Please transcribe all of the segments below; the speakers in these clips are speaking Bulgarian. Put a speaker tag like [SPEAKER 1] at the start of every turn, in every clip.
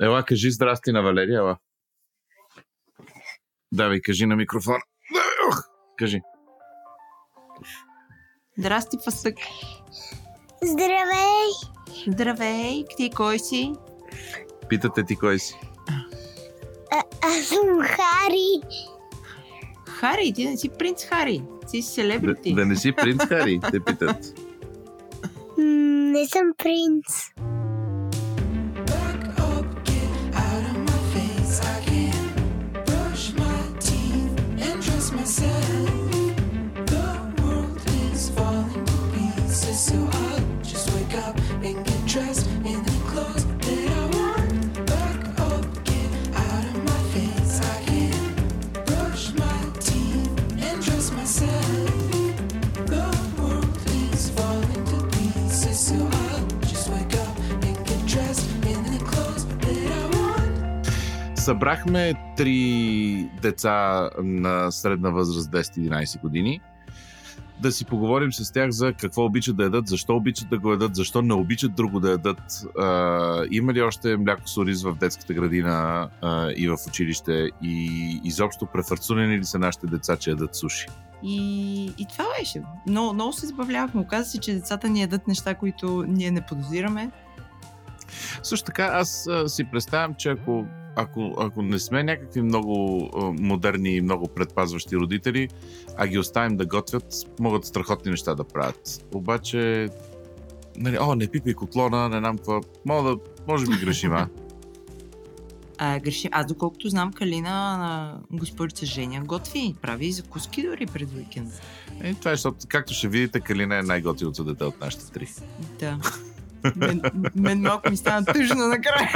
[SPEAKER 1] Ела, кажи здрасти на Валерия, ела. Давай, кажи на микрофон. Кажи.
[SPEAKER 2] Здрасти, пасък.
[SPEAKER 3] Здравей!
[SPEAKER 2] Здравей, ти кой си?
[SPEAKER 1] Питате ти кой си.
[SPEAKER 3] Аз съм Хари.
[SPEAKER 2] Хари, ти не си принц Хари. Ти си
[SPEAKER 1] Да,
[SPEAKER 2] селебрити.
[SPEAKER 1] да не си принц Хари, те питат.
[SPEAKER 3] М, Не съм принц.
[SPEAKER 1] Събрахме три деца на средна възраст 10-11 години да си поговорим с тях за какво обичат да ядат, защо обичат да го ядат, защо не обичат друго да ядат. А, има ли още мляко с ориз в детската градина а, и в училище и изобщо префарцунени ли са нашите деца, че ядат суши?
[SPEAKER 2] И, и това беше. Но, много се забавлявахме. Оказа се, че децата ни ядат неща, които ние не подозираме.
[SPEAKER 1] Също така, аз а, си представям, че ако, ако, ако не сме някакви много а, модерни и много предпазващи родители, а ги оставим да готвят, могат страхотни неща да правят. Обаче, нали, о, не пипай котлона, не знам какво. Мога да, може би грешим, а?
[SPEAKER 2] А, греши. Аз доколкото знам, Калина, а, госпожица Женя, готви. Прави и закуски дори пред уикенда.
[SPEAKER 1] Е, това е, защото, както ще видите, Калина е най-готиното дете от нашите три.
[SPEAKER 2] Да. Мен, мен малко ми стана тъжно накрая.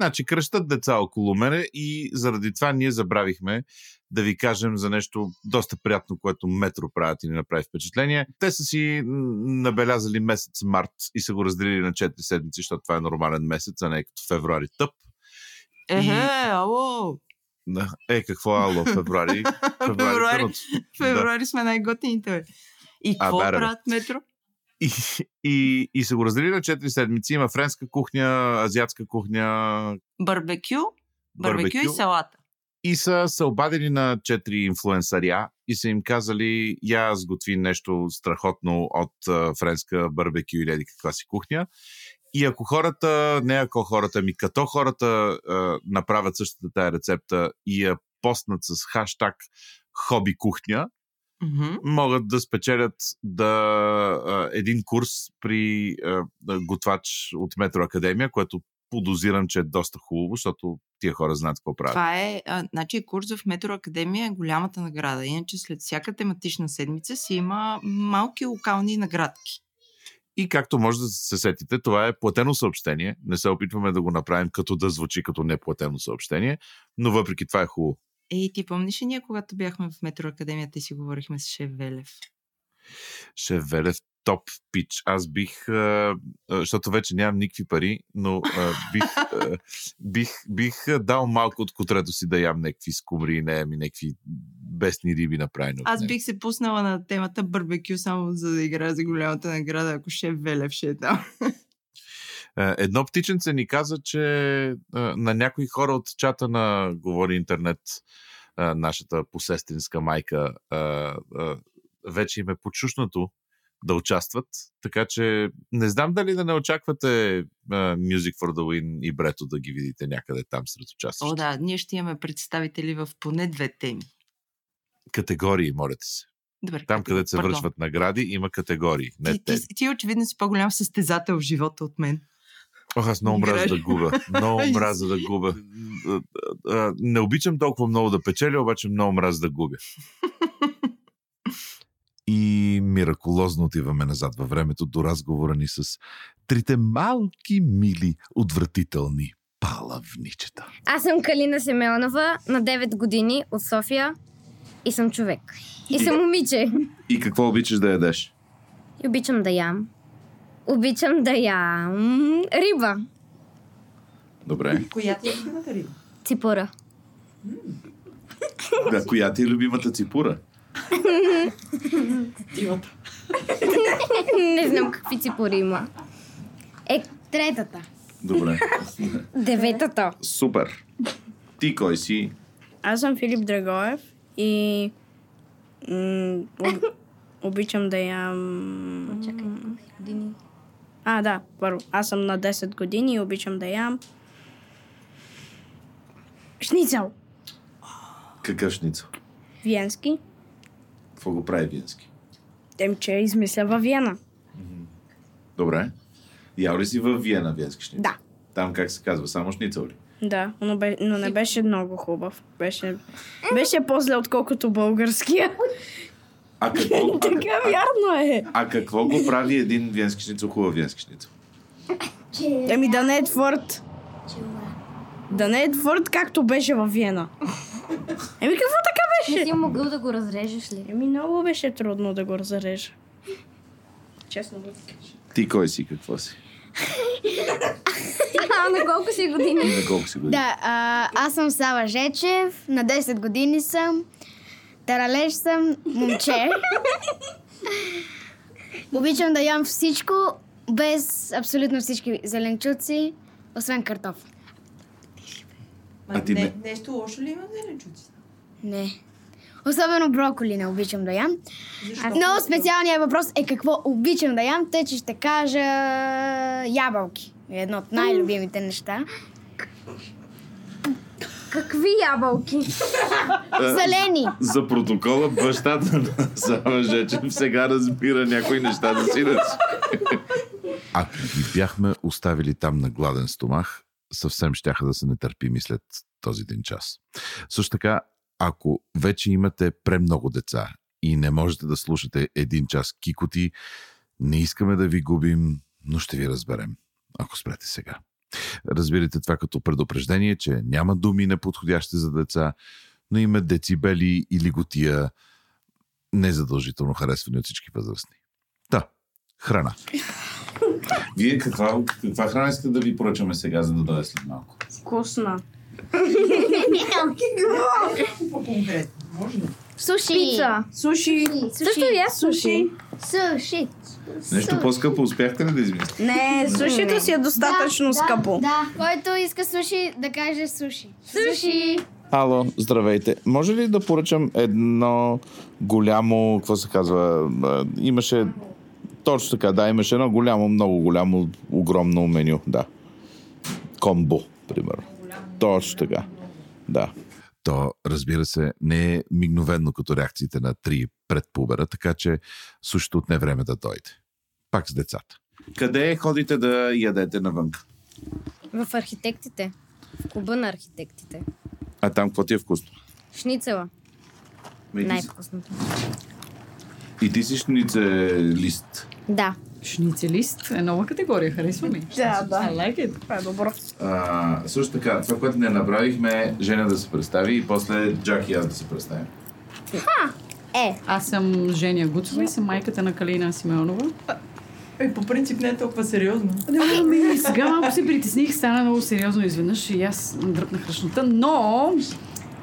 [SPEAKER 1] Значи, кръщат деца около мене и заради това ние забравихме да ви кажем за нещо доста приятно, което метро правят и ни направи впечатление. Те са си м, набелязали месец март и са го разделили на 4 седмици, защото това е нормален месец, а не е като февруари тъп.
[SPEAKER 2] Ехе, ало!
[SPEAKER 1] Да. Е, какво ало, февруари?
[SPEAKER 2] Февруари.
[SPEAKER 1] тънат.
[SPEAKER 2] Февруари сме най-готините, бе. И какво
[SPEAKER 1] да, бе.
[SPEAKER 2] правят метро?
[SPEAKER 1] И, и, и са го разделили на 4 седмици. Има френска кухня, азиатска кухня,
[SPEAKER 2] Барбекю, барбекю и
[SPEAKER 1] барбекю.
[SPEAKER 2] салата.
[SPEAKER 1] и са се обадили на четири инфлуенсаря и са им казали, я сготви нещо страхотно от а, френска барбекю или еди каква си кухня. И ако хората, не ако хората, ми като хората а, направят същата тая рецепта и я постнат с хаштаг хоби кухня,
[SPEAKER 2] Мгм.
[SPEAKER 1] могат да спечелят да, а, един курс при а, а, готвач от Метро Академия, което подозирам, че е доста хубаво, защото тия хора знаят какво правят.
[SPEAKER 2] Това е, а, значи, курс в Метро Академия е голямата награда. Иначе след всяка тематична седмица си има малки локални наградки.
[SPEAKER 1] И както може да се сетите, това е платено съобщение. Не се опитваме да го направим като да звучи като неплатено съобщение, но въпреки това е хубаво.
[SPEAKER 2] Ей, ти помниш ли ние, когато бяхме в Метро Академията и си говорихме с Шеф Велев?
[SPEAKER 1] Шевелев топ пич. Аз бих, а, а, защото вече нямам никакви пари, но а, бих, а, бих, бих а, дал малко от котрето си да ям някакви скумри, не ами някакви бесни риби направени. от
[SPEAKER 2] Аз
[SPEAKER 1] него.
[SPEAKER 2] бих се пуснала на темата барбекю, само за да играя за голямата награда, ако Шеф Велев ще е там.
[SPEAKER 1] А, Е, Едно птиченце ни каза, че а, на някои хора от чата на Говори Интернет, а, нашата посестинска майка, а, а, вече им е почушнато да участват. Така че не знам дали да не очаквате а, Music for the Win и Брето да ги видите някъде там сред участващите.
[SPEAKER 2] О, да, ние ще имаме представители в поне две теми.
[SPEAKER 1] Категории, моля ти се.
[SPEAKER 2] Добре.
[SPEAKER 1] Там, където се
[SPEAKER 2] пардон.
[SPEAKER 1] връчват награди, има категории. Не
[SPEAKER 2] Ти,
[SPEAKER 1] те.
[SPEAKER 2] ти, ти, очевидно си по-голям състезател в живота от мен.
[SPEAKER 1] Ох, аз много мразя да
[SPEAKER 2] Играеш.
[SPEAKER 1] губя. Много мразя да губя. А, а, Не обичам толкова много да печеля, обаче много мразя да губя. И миракулозно отиваме назад във времето до разговора ни с трите малки, мили, отвратителни палавничета.
[SPEAKER 3] Аз съм Калина Семеонова, на 9 години от София и съм човек. И съм момиче.
[SPEAKER 1] И какво обичаш да ядеш?
[SPEAKER 3] И обичам да ям. Обичам да ям риба.
[SPEAKER 1] Добре.
[SPEAKER 2] Коя ти е любимата риба?
[SPEAKER 3] Ципура.
[SPEAKER 1] Да, коя ти е любимата ципура?
[SPEAKER 2] Дивата.
[SPEAKER 3] Не знам какви ципури има. Е, третата.
[SPEAKER 1] Добре.
[SPEAKER 3] Деветата.
[SPEAKER 1] Супер. Ти кой си?
[SPEAKER 4] Аз съм Филип Драгоев и м- об- обичам да ям...
[SPEAKER 3] Чакай. Години.
[SPEAKER 4] А, да, първо. Аз съм на 10 години и обичам да ям... Шницел.
[SPEAKER 1] Какъв шницел?
[SPEAKER 4] Виенски.
[SPEAKER 1] Какво го прави Вински?
[SPEAKER 4] Темче измисля във Виена.
[SPEAKER 1] Добре. Ял ли си в Виена венски шницел?
[SPEAKER 4] Да.
[SPEAKER 1] Там как се казва? Само шницел ли?
[SPEAKER 4] Да, но, бе, но не беше много хубав. Беше, беше по-зле, отколкото българския.
[SPEAKER 1] А какво, а,
[SPEAKER 4] така
[SPEAKER 1] а,
[SPEAKER 4] вярно е.
[SPEAKER 1] а какво го прави един венски шницел, хубав венски шницел?
[SPEAKER 4] Еми да не е твърд. Да не е твърд, както беше във Виена. Еми какво така
[SPEAKER 3] Не
[SPEAKER 4] беше?
[SPEAKER 3] си могъл да го разрежеш ли?
[SPEAKER 4] Еми много беше трудно да го разрежа. Честно да ти кажа.
[SPEAKER 1] Ти кой си, какво си?
[SPEAKER 3] А, на колко си години?
[SPEAKER 1] И на колко си години?
[SPEAKER 5] Да, а, аз съм Сава Жечев, на 10 години съм, таралеж съм, момче. Обичам да ям всичко, без абсолютно всички зеленчуци, освен картоф.
[SPEAKER 1] А ти не-
[SPEAKER 2] Нещо лошо ли има в зеленчуците?
[SPEAKER 5] Не. Особено броколи не обичам да ям.
[SPEAKER 2] Защо?
[SPEAKER 5] Но специалният въпрос е какво обичам да ям, тъй че ще кажа ябълки. Е Едно от най-любимите неща.
[SPEAKER 3] Какви ябълки?
[SPEAKER 5] Зелени!
[SPEAKER 1] За протокола бащата на Сава Жечев сега разбира някои неща за сина си.
[SPEAKER 6] Ако ги бяхме оставили там на гладен стомах, съвсем щяха да са нетърпими след този един час. Също така, ако вече имате премного деца и не можете да слушате един час кикоти, не искаме да ви губим, но ще ви разберем, ако спрете сега. Разбирайте това като предупреждение, че няма думи неподходящи за деца, но има децибели или готия, незадължително харесвани от всички възрастни. Да, храна.
[SPEAKER 1] Вие каква, каква храна искате да ви поръчаме сега, за да дойде след малко?
[SPEAKER 4] Вкусна.
[SPEAKER 2] По-конкретно. Може ли?
[SPEAKER 5] Суши!
[SPEAKER 3] Пица.
[SPEAKER 4] Суши.
[SPEAKER 3] Също и аз суши.
[SPEAKER 5] Суши!
[SPEAKER 1] Нещо по-скъпо успяхте ли да измислите?
[SPEAKER 4] Не, сушито си е достатъчно скъпо.
[SPEAKER 5] Да, който иска суши, да каже суши. Суши!
[SPEAKER 1] Ало, здравейте. Може ли да поръчам едно голямо, какво се казва, а, имаше, точно така, да, имаше едно голямо, много голямо, огромно меню, да. Комбо, примерно. Точно така, да.
[SPEAKER 6] То, разбира се, не е мигновено като реакциите на три пред пубера, така че също отне време да дойде. Пак с децата.
[SPEAKER 1] Къде ходите да ядете навън?
[SPEAKER 3] В архитектите. В клуба на архитектите.
[SPEAKER 1] А там какво ти е вкусно? Ами,
[SPEAKER 3] Шницела. Най-вкусното.
[SPEAKER 1] И ти си шнице лист.
[SPEAKER 3] Да.
[SPEAKER 7] Шницелист е нова категория, харесва ми.
[SPEAKER 4] Да, да.
[SPEAKER 7] I like it.
[SPEAKER 4] Това е добро.
[SPEAKER 1] А, също така, това, което не направихме, е Женя да се представи и после Джак и аз да се представим.
[SPEAKER 3] Е,
[SPEAKER 7] Аз съм Женя Гуцова и съм майката на Калина Симеонова.
[SPEAKER 2] Е, по принцип не е толкова сериозно.
[SPEAKER 7] Ами, сега малко се притесних, стана много сериозно изведнъж и аз дръпнах ръчната, но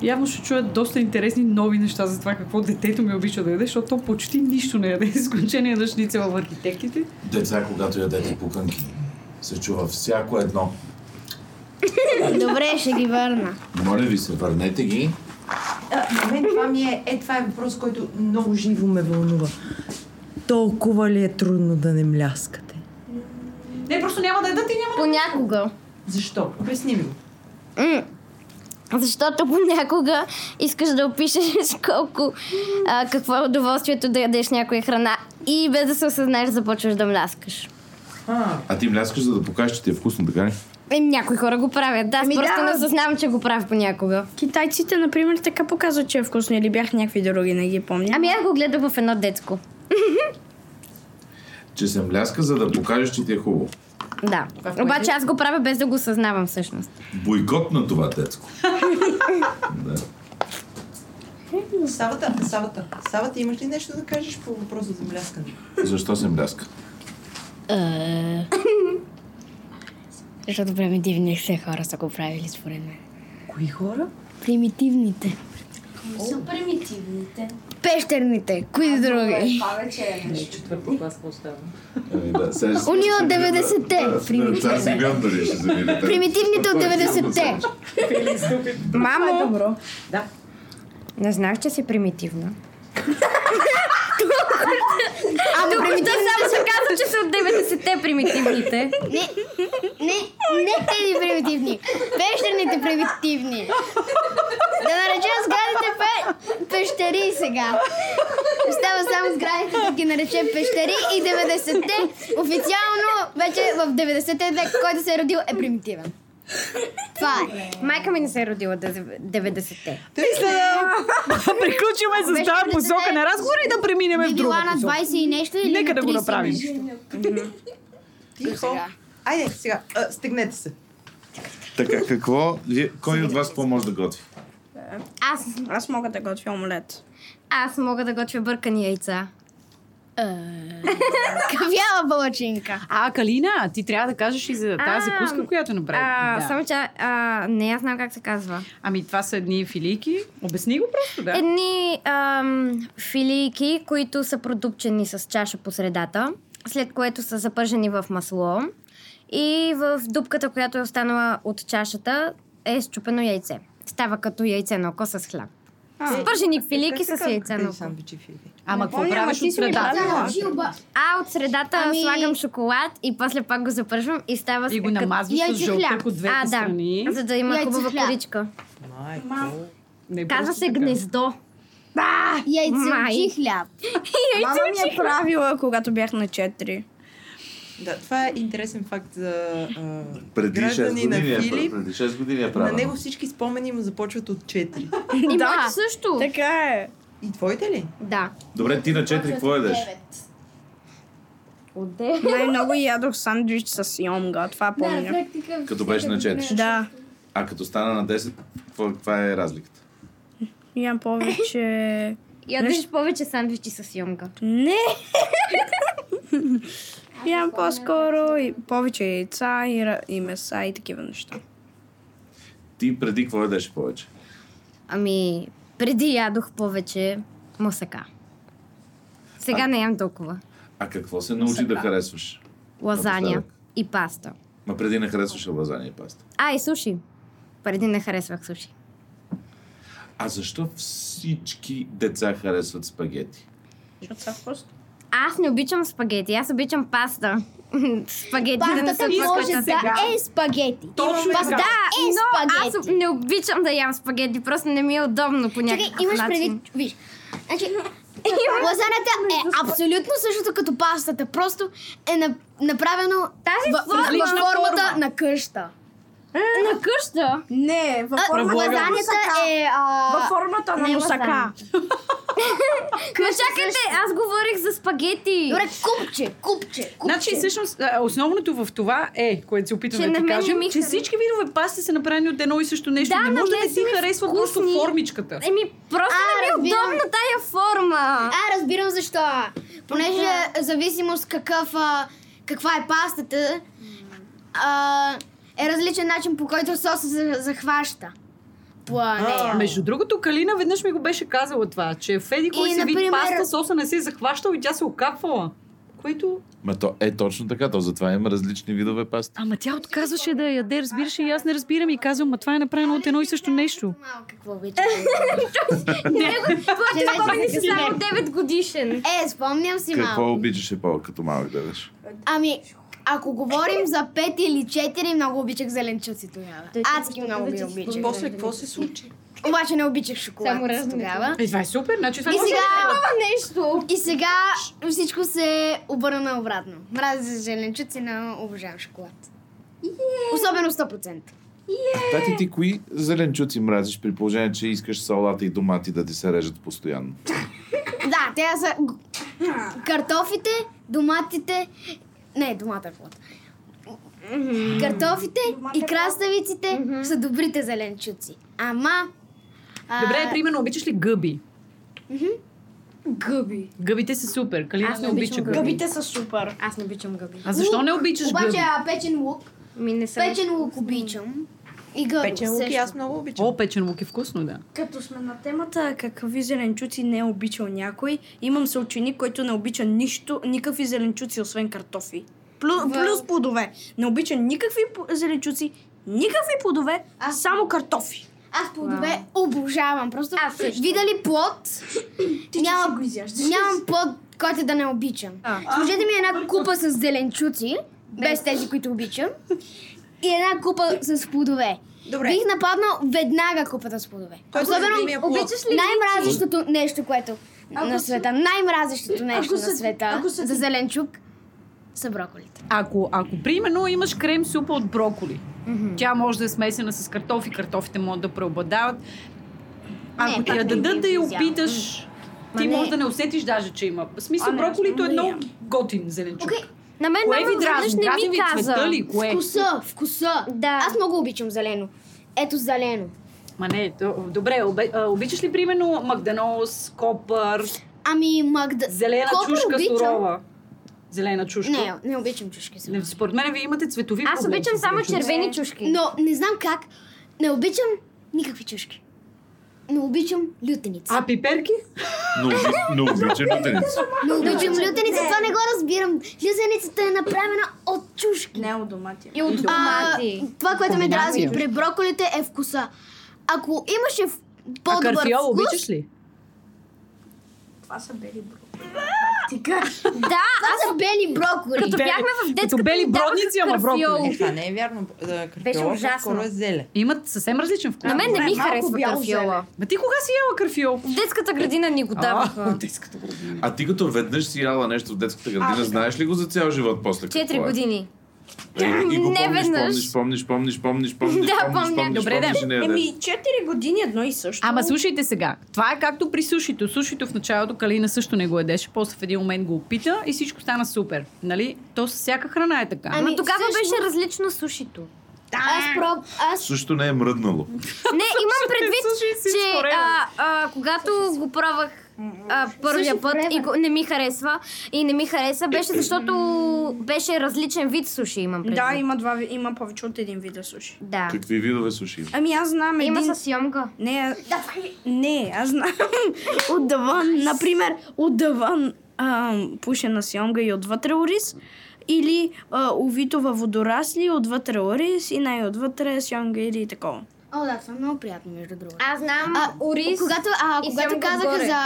[SPEAKER 7] явно ще чуят доста интересни нови неща за това какво детето ми обича да яде, защото то почти нищо не яде, с изключение на шницела в архитектите.
[SPEAKER 5] Ами,
[SPEAKER 1] Деца, когато ядете пуканки, се чува всяко едно.
[SPEAKER 5] Добре, ще ги върна.
[SPEAKER 1] Моля ви се, върнете ги.
[SPEAKER 2] А, на мен това ми е, е, това е въпрос, който много живо ме вълнува. Толкова ли е трудно да не мляскате? Не, просто няма да ядат и няма.
[SPEAKER 3] понякога.
[SPEAKER 2] Защо? Обясни ми го.
[SPEAKER 3] М, Защото понякога искаш да опишеш колко, а, какво е удоволствието да ядеш някоя храна и без да се осъзнаеш започваш да мляскаш.
[SPEAKER 2] А,
[SPEAKER 1] А ти мляскаш, за да покажеш, че ти е вкусно, така ли?
[SPEAKER 3] Е, някои хора го правят. Да, аз
[SPEAKER 4] Ами
[SPEAKER 3] просто
[SPEAKER 4] да.
[SPEAKER 3] не осъзнавам, че го правя понякога.
[SPEAKER 4] Китайците, например, така показват, че е вкусно или бях някакви други, не ги помня.
[SPEAKER 3] Ами аз го гледах в едно детско.
[SPEAKER 1] Че се мляска, за да покажеш, че ти е хубаво.
[SPEAKER 3] Да.
[SPEAKER 5] е
[SPEAKER 3] Обаче аз го правя без да го осъзнавам всъщност.
[SPEAKER 1] Бойкот на това детско. да.
[SPEAKER 2] Савата, Савата, Савата, имаш ли нещо да кажеш по въпроса за мляскане?
[SPEAKER 1] Защо се мляска?
[SPEAKER 5] Е, Защото примитивни се хора са го правили според мен.
[SPEAKER 2] Кои хора?
[SPEAKER 5] Примитивните.
[SPEAKER 8] Са примитивните.
[SPEAKER 5] Пещерните. Кои други?
[SPEAKER 8] Това вече е нещо.
[SPEAKER 7] Четвърти клас какво става?
[SPEAKER 1] Ами
[SPEAKER 5] Уни от 90-те.
[SPEAKER 1] Царски
[SPEAKER 5] Примитивните.
[SPEAKER 1] град дали е ще се видите.
[SPEAKER 5] Примитивните от 90-те.
[SPEAKER 9] Мамо,
[SPEAKER 7] Да.
[SPEAKER 9] не знаеш, че си примитивна.
[SPEAKER 5] Ама
[SPEAKER 3] Той
[SPEAKER 5] примитивните
[SPEAKER 3] само ще казва, че са от 90-те примитивните.
[SPEAKER 5] Не, не, не тези примитивни. Пещерните примитивни. Да наречем сградите пе... пещери сега. Остава само сградите да ги наречем пещери и 90-те. Официално вече в 90-те век, който се е родил, е примитивен. Това е.
[SPEAKER 9] Майка ми не се е родила до 90-те.
[SPEAKER 7] Приключваме с тази посока на разговора и да преминем в
[SPEAKER 5] Би
[SPEAKER 7] друга
[SPEAKER 5] била на
[SPEAKER 7] посока.
[SPEAKER 5] 20 и нещо или
[SPEAKER 7] е Нека
[SPEAKER 5] на
[SPEAKER 7] да
[SPEAKER 5] 30
[SPEAKER 7] го направим.
[SPEAKER 5] и нещо.
[SPEAKER 2] Тихо. Айде, сега, а, стегнете се.
[SPEAKER 1] Така, какво? Вие, кой от вас какво може да готви?
[SPEAKER 3] Аз,
[SPEAKER 4] Аз мога да готвя омлет.
[SPEAKER 3] аз мога да готвя бъркани яйца.
[SPEAKER 5] Е. Кавяла палачинка.
[SPEAKER 7] А, Калина, ти трябва да кажеш и за тази
[SPEAKER 3] А,
[SPEAKER 7] закуска, която направи.
[SPEAKER 3] А,
[SPEAKER 7] Да.
[SPEAKER 3] Само че а, не, аз знам как се казва.
[SPEAKER 7] Ами това са едни филийки. Обясни го просто, да.
[SPEAKER 3] Едни ам, филийки, които са продупчени с чаша по средата, след което са запържени в масло и в дупката, която е останала от чашата, е счупено яйце. Става като яйце на око с хляб. Спържени филийки с яйце
[SPEAKER 2] Е,
[SPEAKER 3] на око.
[SPEAKER 2] сандвичи фиги.
[SPEAKER 7] Ама какво правиш от средата?
[SPEAKER 3] А от средата
[SPEAKER 5] Ами-
[SPEAKER 3] слагам шоколад и после пак го запържвам и става
[SPEAKER 7] И го
[SPEAKER 3] като-
[SPEAKER 7] намазваш с
[SPEAKER 5] яйце
[SPEAKER 7] жълтък
[SPEAKER 5] хляб.
[SPEAKER 7] от двете
[SPEAKER 3] а, да,
[SPEAKER 7] страни.
[SPEAKER 3] за да има
[SPEAKER 5] Яйце
[SPEAKER 3] хубава
[SPEAKER 5] хляб.
[SPEAKER 3] коричка.
[SPEAKER 2] Майко.
[SPEAKER 7] Не е
[SPEAKER 3] Казва
[SPEAKER 7] просто
[SPEAKER 3] се
[SPEAKER 7] така.
[SPEAKER 3] гнездо. Да! Май.
[SPEAKER 5] Яйцевчи хляб.
[SPEAKER 4] Мама ми е правила, когато бях на 4.
[SPEAKER 2] Да, това е интересен факт за а,
[SPEAKER 1] Преди 6
[SPEAKER 2] граждани на
[SPEAKER 1] години, е,
[SPEAKER 2] Филип.
[SPEAKER 1] преди 6 години е
[SPEAKER 2] На
[SPEAKER 1] правено.
[SPEAKER 2] него всички спомени му започват от 4.
[SPEAKER 3] И моите също.
[SPEAKER 4] Така е.
[SPEAKER 2] И твоите ли?
[SPEAKER 3] Да.
[SPEAKER 1] Добре, ти на 4 какво ядеш?
[SPEAKER 3] Отде?
[SPEAKER 4] Най-много ядох сандвич с йомга, това помня.
[SPEAKER 1] Като беше на 4.
[SPEAKER 4] Да,
[SPEAKER 1] А като стана на 10, какво- каква е разликата?
[SPEAKER 4] ям повече...
[SPEAKER 3] Ядеш повече сандвичи с йомга.
[SPEAKER 4] Не! ям по-скоро и повече яйца и, ра- и меса и такива неща.
[SPEAKER 1] Ти преди какво ядеш повече?
[SPEAKER 3] Ами, преди ядох повече мусака. Сега не ям толкова.
[SPEAKER 1] А какво се научи да харесваш?
[SPEAKER 3] Лазаня
[SPEAKER 1] Напоследък.
[SPEAKER 3] и паста.
[SPEAKER 1] Ма преди не харесваше лазаня и паста.
[SPEAKER 3] А, и суши. Преди не харесвах суши.
[SPEAKER 1] А защо всички деца харесват спагети?
[SPEAKER 4] Защото са вкусно.
[SPEAKER 3] Аз не обичам спагети, аз обичам паста. спагети да не са
[SPEAKER 5] Пастата
[SPEAKER 3] това,
[SPEAKER 5] може
[SPEAKER 3] което
[SPEAKER 5] да
[SPEAKER 3] аз-
[SPEAKER 5] е спагети.
[SPEAKER 7] Точно
[SPEAKER 5] Паста
[SPEAKER 7] така.
[SPEAKER 5] е
[SPEAKER 3] но аз
[SPEAKER 5] спагети.
[SPEAKER 3] не обичам да ям спагети, просто не ми е удобно по някакъв
[SPEAKER 5] Чакай, имаш
[SPEAKER 3] начин.
[SPEAKER 5] предвид, виж. Значи, лазанята е абсолютно същото като пастата. Просто е на, направено Тази в, в,
[SPEAKER 7] различна
[SPEAKER 5] формата
[SPEAKER 7] форма.
[SPEAKER 5] на къща.
[SPEAKER 3] Е, На къща?
[SPEAKER 4] Не, във
[SPEAKER 5] А,
[SPEAKER 4] формата на
[SPEAKER 5] лазанята
[SPEAKER 4] мусака.
[SPEAKER 5] е... А...
[SPEAKER 4] Във формата на
[SPEAKER 3] не
[SPEAKER 4] мусака.
[SPEAKER 3] лазанята. Ма чакайте, аз говорих за спагети.
[SPEAKER 5] Добре, купче, купче, купче.
[SPEAKER 7] Значи, всъщност, а, основното в това е, което се опитваме
[SPEAKER 3] Че
[SPEAKER 7] да
[SPEAKER 3] на
[SPEAKER 7] ти
[SPEAKER 3] мен не
[SPEAKER 7] кажем,
[SPEAKER 3] ми
[SPEAKER 7] че
[SPEAKER 3] харесва.
[SPEAKER 7] всички видове пасти са направени от едно и също нещо.
[SPEAKER 3] Да,
[SPEAKER 7] не
[SPEAKER 3] на
[SPEAKER 7] може да
[SPEAKER 3] мен
[SPEAKER 7] не
[SPEAKER 3] са
[SPEAKER 7] ти
[SPEAKER 3] ми
[SPEAKER 7] харесва
[SPEAKER 3] вкусни.
[SPEAKER 7] просто формичката.
[SPEAKER 3] Еми, просто не
[SPEAKER 5] А,
[SPEAKER 3] ми е
[SPEAKER 5] разбирам.
[SPEAKER 3] удобна тая форма.
[SPEAKER 5] А, разбирам защо. Понеже в зависимост какъв, а, каква е пастата, а, е различен начин по който соса се захваща.
[SPEAKER 3] е.
[SPEAKER 5] Плане.
[SPEAKER 7] Между другото, Калина веднъж ми го беше казала това, че в еди кой
[SPEAKER 5] И,
[SPEAKER 7] си вид
[SPEAKER 5] например-
[SPEAKER 7] паста соса не се е захващал и тя се окапвала. Което...
[SPEAKER 1] Ма то е точно така, то затова има различни видове паста.
[SPEAKER 7] Ама тя отказваше да я яде, разбираш, и аз не разбирам и казвам, ма това е направено от едно и също нещо.
[SPEAKER 5] Малко какво обичам.
[SPEAKER 3] Твоето
[SPEAKER 5] вече
[SPEAKER 3] спомен си
[SPEAKER 5] закъснях.
[SPEAKER 3] само 9 годишен.
[SPEAKER 5] Е, спомням си малко.
[SPEAKER 1] Какво обичаше по като малък да ядеш?
[SPEAKER 5] Ами, ако говорим за 5 или 4, много обичах зеленчуци тогава. Адски много ми обичах.
[SPEAKER 2] После какво се случи?
[SPEAKER 5] Обаче не обичах шоколад тогава.
[SPEAKER 7] Е, това е супер, значи това
[SPEAKER 5] И
[SPEAKER 7] може да
[SPEAKER 5] сега,
[SPEAKER 3] Нещо.
[SPEAKER 5] и сега всичко се обърна обратно. Мразя зеленчуци, но обожавам шоколад.
[SPEAKER 7] Е!
[SPEAKER 5] Особено 100%.
[SPEAKER 1] Тати, ти кои зеленчуци мразиш при положение, че искаш салата и домати да ти се режат постоянно?
[SPEAKER 5] Да, те са г- картофите, доматите... Не, домата е плод. Картофите и краставиците са добрите зеленчуци. Ама... а,
[SPEAKER 7] Добре, примерно, обичаш ли гъби?
[SPEAKER 3] Гъби.
[SPEAKER 7] Гъбите са супер. Калина не обича гъби.
[SPEAKER 4] Гъбите са супер.
[SPEAKER 3] Аз не обичам гъби.
[SPEAKER 7] А защо не обичаш
[SPEAKER 5] Обаче
[SPEAKER 7] гъби?
[SPEAKER 5] а, печен лук.
[SPEAKER 3] Ми не съм.
[SPEAKER 5] Печен лук обичам. И гъб.
[SPEAKER 2] Печен лук и аз много обичам.
[SPEAKER 7] О, печен лук е вкусно, да.
[SPEAKER 4] Като сме на темата какви зеленчуци не е обичал някой, имам се ученик, който не обича нищо, никакви зеленчуци, освен картофи. Плюс, плюс плодове. Не обича никакви п- зеленчуци, никакви плодове, а само картофи.
[SPEAKER 5] Аз плодове обожавам. Просто
[SPEAKER 3] Аз също.
[SPEAKER 5] вида ли плод,
[SPEAKER 4] Ти няма го изяждаш.
[SPEAKER 5] нямам плод, който да не обичам. Служете ми една купа с зеленчуци, без тези, които обичам. И една купа с плодове.
[SPEAKER 2] Добре.
[SPEAKER 5] Бих нападнал веднага купата с плодове.
[SPEAKER 2] Той го любимия плод.
[SPEAKER 5] най-мразещото нещо, което на
[SPEAKER 4] се-
[SPEAKER 5] света, най-мразещото нещо на
[SPEAKER 4] се-
[SPEAKER 5] света
[SPEAKER 4] ако се-
[SPEAKER 5] за зеленчук са броколите.
[SPEAKER 7] Ако, ако примерно имаш крем супа от броколи, тя може да е смесена с картофи, картофите могат да преобладават. Ако
[SPEAKER 5] Не,
[SPEAKER 7] ти я
[SPEAKER 5] пак не
[SPEAKER 7] дадат да я
[SPEAKER 5] бих изяла.
[SPEAKER 7] опиташ,
[SPEAKER 5] Ма
[SPEAKER 7] ти
[SPEAKER 5] не.
[SPEAKER 7] може да не усетиш даже, че има. В
[SPEAKER 4] А,
[SPEAKER 7] смисъл,
[SPEAKER 4] не,
[SPEAKER 7] броколито е
[SPEAKER 4] аз не
[SPEAKER 7] много
[SPEAKER 4] ям.
[SPEAKER 7] готин зеленчук.
[SPEAKER 5] Окей,
[SPEAKER 3] На мен
[SPEAKER 7] Кое
[SPEAKER 3] мама
[SPEAKER 7] ви
[SPEAKER 3] веднъж
[SPEAKER 7] дразни?
[SPEAKER 3] не
[SPEAKER 7] Дразни
[SPEAKER 3] ми
[SPEAKER 7] ви цвета
[SPEAKER 3] каза.
[SPEAKER 7] ли? е? Кое?
[SPEAKER 5] Вкуса, вкуса.
[SPEAKER 3] Да.
[SPEAKER 5] Аз много обичам зелено. Ето зелено.
[SPEAKER 7] Ма не, то- добре, обе- а, обичаш ли примерно магданоз, копър,
[SPEAKER 5] Ами, Магда...
[SPEAKER 7] зелена
[SPEAKER 5] Копър
[SPEAKER 7] чушка
[SPEAKER 5] обичам.
[SPEAKER 7] сурова? Зелена чушка.
[SPEAKER 5] Не, не обичам чушки с
[SPEAKER 7] Не, според мен вие имате цветови
[SPEAKER 3] Аз
[SPEAKER 7] проблеми
[SPEAKER 3] обичам
[SPEAKER 7] с
[SPEAKER 3] само
[SPEAKER 7] зеленчуци.
[SPEAKER 3] червени чушки.
[SPEAKER 5] Но не знам как. Не обичам никакви чушки. Не обичам лютеница.
[SPEAKER 7] А пиперки?
[SPEAKER 1] Но, оби- но обича лютеница.
[SPEAKER 5] Не обичам лютеница. Това не го разбирам. Лютеницата е направена от чушки.
[SPEAKER 4] Не е от домати.
[SPEAKER 3] И от
[SPEAKER 5] А,
[SPEAKER 3] домати.
[SPEAKER 5] това, което ме
[SPEAKER 7] Комбинация.
[SPEAKER 5] дразни при броколите е вкуса. Ако имаше в-
[SPEAKER 7] А
[SPEAKER 5] по-добър вкус...
[SPEAKER 7] карфиол обичаш ли?
[SPEAKER 4] Това са бели броколи.
[SPEAKER 5] Да, аз съм бели броколи.
[SPEAKER 3] Като бяхме в
[SPEAKER 7] Като
[SPEAKER 3] детската
[SPEAKER 7] бели
[SPEAKER 3] ни даваха
[SPEAKER 7] бродници, ама
[SPEAKER 3] карфиол.
[SPEAKER 7] броколи.
[SPEAKER 2] Това не е вярно.
[SPEAKER 3] Беше
[SPEAKER 2] Картола
[SPEAKER 3] ужасно.
[SPEAKER 2] скоро е зеле.
[SPEAKER 7] Имат съвсем различен вкус.
[SPEAKER 3] На мен не ми
[SPEAKER 4] Малко
[SPEAKER 3] харесва
[SPEAKER 4] бяло
[SPEAKER 3] карфиола.
[SPEAKER 7] Ма ти кога си яла карфиол?
[SPEAKER 3] В детската градина ни го
[SPEAKER 7] А,
[SPEAKER 3] даваха.
[SPEAKER 7] детската градина.
[SPEAKER 1] А ти като веднъж си яла нещо в детската градина, знаеш ли го за цял живот после? какво
[SPEAKER 3] Четири
[SPEAKER 1] е?
[SPEAKER 3] години.
[SPEAKER 1] Е, и го
[SPEAKER 3] Не
[SPEAKER 1] помниш,
[SPEAKER 3] веднъж.
[SPEAKER 1] помниш, помниш, помниш, помниш, помниш,
[SPEAKER 3] Да,
[SPEAKER 1] помниш,
[SPEAKER 3] помня.
[SPEAKER 1] помниш,
[SPEAKER 7] Добре,
[SPEAKER 1] помниш,
[SPEAKER 7] да.
[SPEAKER 1] и не е ядеш.
[SPEAKER 4] Еми, 4 години едно и също.
[SPEAKER 7] Ама слушайте сега, това е както при сушито. Сушито в началото Калина също не го ядеше, после в един момент го опита и всичко стана супер. Нали? То с всяка храна е така.
[SPEAKER 5] Ами,
[SPEAKER 3] Ама тогава
[SPEAKER 5] всъщност-
[SPEAKER 3] беше различно сушито.
[SPEAKER 5] Аз проб... Аз...
[SPEAKER 1] Също не е мръднало.
[SPEAKER 3] Не, имам предвид,
[SPEAKER 7] Суши си
[SPEAKER 3] че
[SPEAKER 7] изкорено.
[SPEAKER 3] а, а, когато го пробвах а, първия
[SPEAKER 5] Също
[SPEAKER 3] път
[SPEAKER 5] време.
[SPEAKER 3] и го, не ми харесва, и не ми хареса, беше защото беше различен вид суши, имам предвид.
[SPEAKER 4] Да, има, два, ви- има повече от един вид да суши.
[SPEAKER 3] Да.
[SPEAKER 1] Какви видове суши има?
[SPEAKER 4] Ами аз знам един...
[SPEAKER 3] Има със йомга.
[SPEAKER 4] Не, а-
[SPEAKER 7] е
[SPEAKER 4] не, аз знам. отвън, например, отвън ам, пушена сьомга и отвътре ориз. Или а, увито във водорасли, отвътре ориз и най-отвътре сьомга или такова.
[SPEAKER 5] О, да, това е много приятно, между другото.
[SPEAKER 3] Аз знам
[SPEAKER 5] А,
[SPEAKER 3] ориз.
[SPEAKER 5] Когато, а,
[SPEAKER 3] и
[SPEAKER 5] когато
[SPEAKER 3] сянка
[SPEAKER 5] казаха
[SPEAKER 3] отгоре.
[SPEAKER 5] за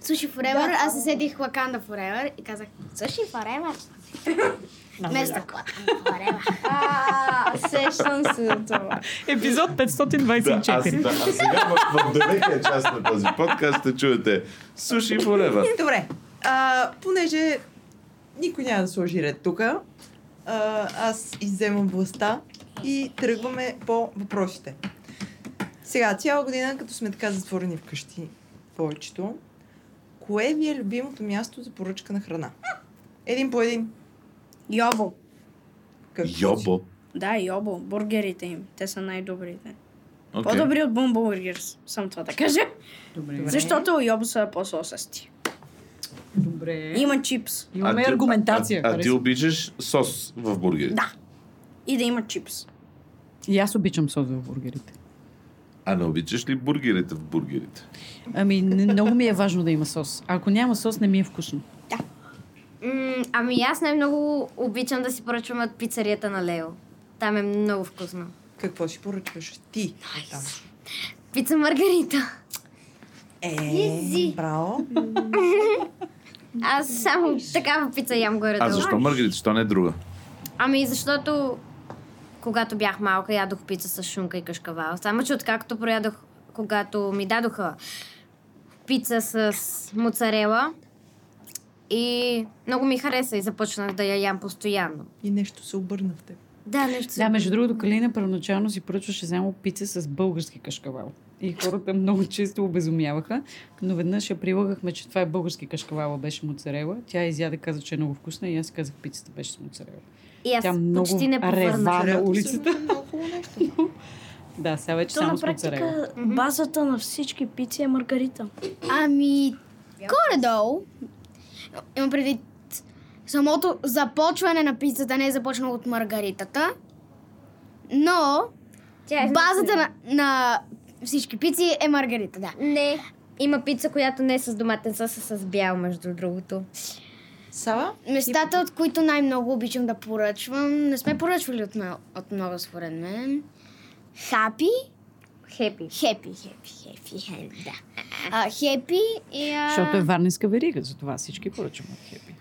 [SPEAKER 5] Суши Forever, аз се седих Wakanda Forever и казах Суши Forever. Вместо Wakanda Forever.
[SPEAKER 4] А, сещам се за това.
[SPEAKER 7] Епизод
[SPEAKER 1] Да, аз,
[SPEAKER 7] 524.
[SPEAKER 1] да, а сега в, в деветия част на този подкаст ще чуете Суши Forever.
[SPEAKER 2] Е, Добре. А, понеже никой няма да сложи ред тук, аз изземам властта и тръгваме по въпросите. Сега, цяла година, като сме така затворени вкъщи, повечето, кое ви е любимото място за поръчка на храна? Един по един.
[SPEAKER 4] Йобо.
[SPEAKER 2] Какво?
[SPEAKER 1] Йобо.
[SPEAKER 4] Да, йобо. Бургерите им. Те са най-добрите.
[SPEAKER 1] Okay.
[SPEAKER 4] По-добри от Бумбо Бургерс. Само това да кажа.
[SPEAKER 7] Добре.
[SPEAKER 4] Защото йобо са по-сосести.
[SPEAKER 7] Добре.
[SPEAKER 4] Има чипс.
[SPEAKER 7] Имаме аргументация.
[SPEAKER 1] А, а ти обичаш сос в бургери? Да.
[SPEAKER 4] И да има чипс.
[SPEAKER 7] И аз обичам сос в бургерите.
[SPEAKER 1] А не обичаш ли бургерите в бургерите?
[SPEAKER 7] Ами, не- много ми е важно да има сос. Ако няма сос, не ми е вкусно.
[SPEAKER 3] М, ами аз най-много обичам да си поръчвам от пицарията на Лео. Там е много вкусно.
[SPEAKER 2] Какво си поръчваш ти? Там.
[SPEAKER 3] Пица Маргарита.
[SPEAKER 2] Е, браво.
[SPEAKER 3] Аз само такава пица ям горе
[SPEAKER 1] А защо маргарите? Защо не е друга?
[SPEAKER 3] Ами защото когато бях малка, ядох пица с шунка и кашкавал. Само, че откакто проядох, когато ми дадоха пица с моцарела и много ми хареса и започнах да я ям постоянно.
[SPEAKER 2] И нещо се обърна в теб.
[SPEAKER 3] Да, нещо
[SPEAKER 7] Да, между другото, Калина първоначално си поръчваше само пица с български кашкавал. И хората много често обезумяваха, но веднъж я прилагахме, че това е български кашкавала, беше моцарела. Тя изяде, каза, че е много вкусна и аз казах, пицата беше с моцарела.
[SPEAKER 3] И аз
[SPEAKER 7] Тя много
[SPEAKER 3] почти не
[SPEAKER 7] рева
[SPEAKER 3] повърнах.
[SPEAKER 7] на улицата.
[SPEAKER 2] Много хубаво нещо.
[SPEAKER 7] Да, сега вече
[SPEAKER 4] То
[SPEAKER 7] само
[SPEAKER 4] на
[SPEAKER 7] с моцарела.
[SPEAKER 4] практика базата на всички пици е маргарита.
[SPEAKER 5] Ами, горе-долу, имам предвид самото започване на пицата не е започнало от маргаритата, но
[SPEAKER 3] Тя е
[SPEAKER 5] базата на, на всички пици е маргарита, да.
[SPEAKER 3] Не, има пица, която не е с доматен сос, а с бял, между другото.
[SPEAKER 2] Сава?
[SPEAKER 5] Местата, от които най-много обичам да поръчвам, не сме поръчвали от, мел- от много, според мен. Хапи.
[SPEAKER 3] Хепи.
[SPEAKER 5] Хепи, хепи, хепи, хепи, да. А, хепи и... А...
[SPEAKER 7] Защото е варненска верига, затова всички поръчваме от хепи.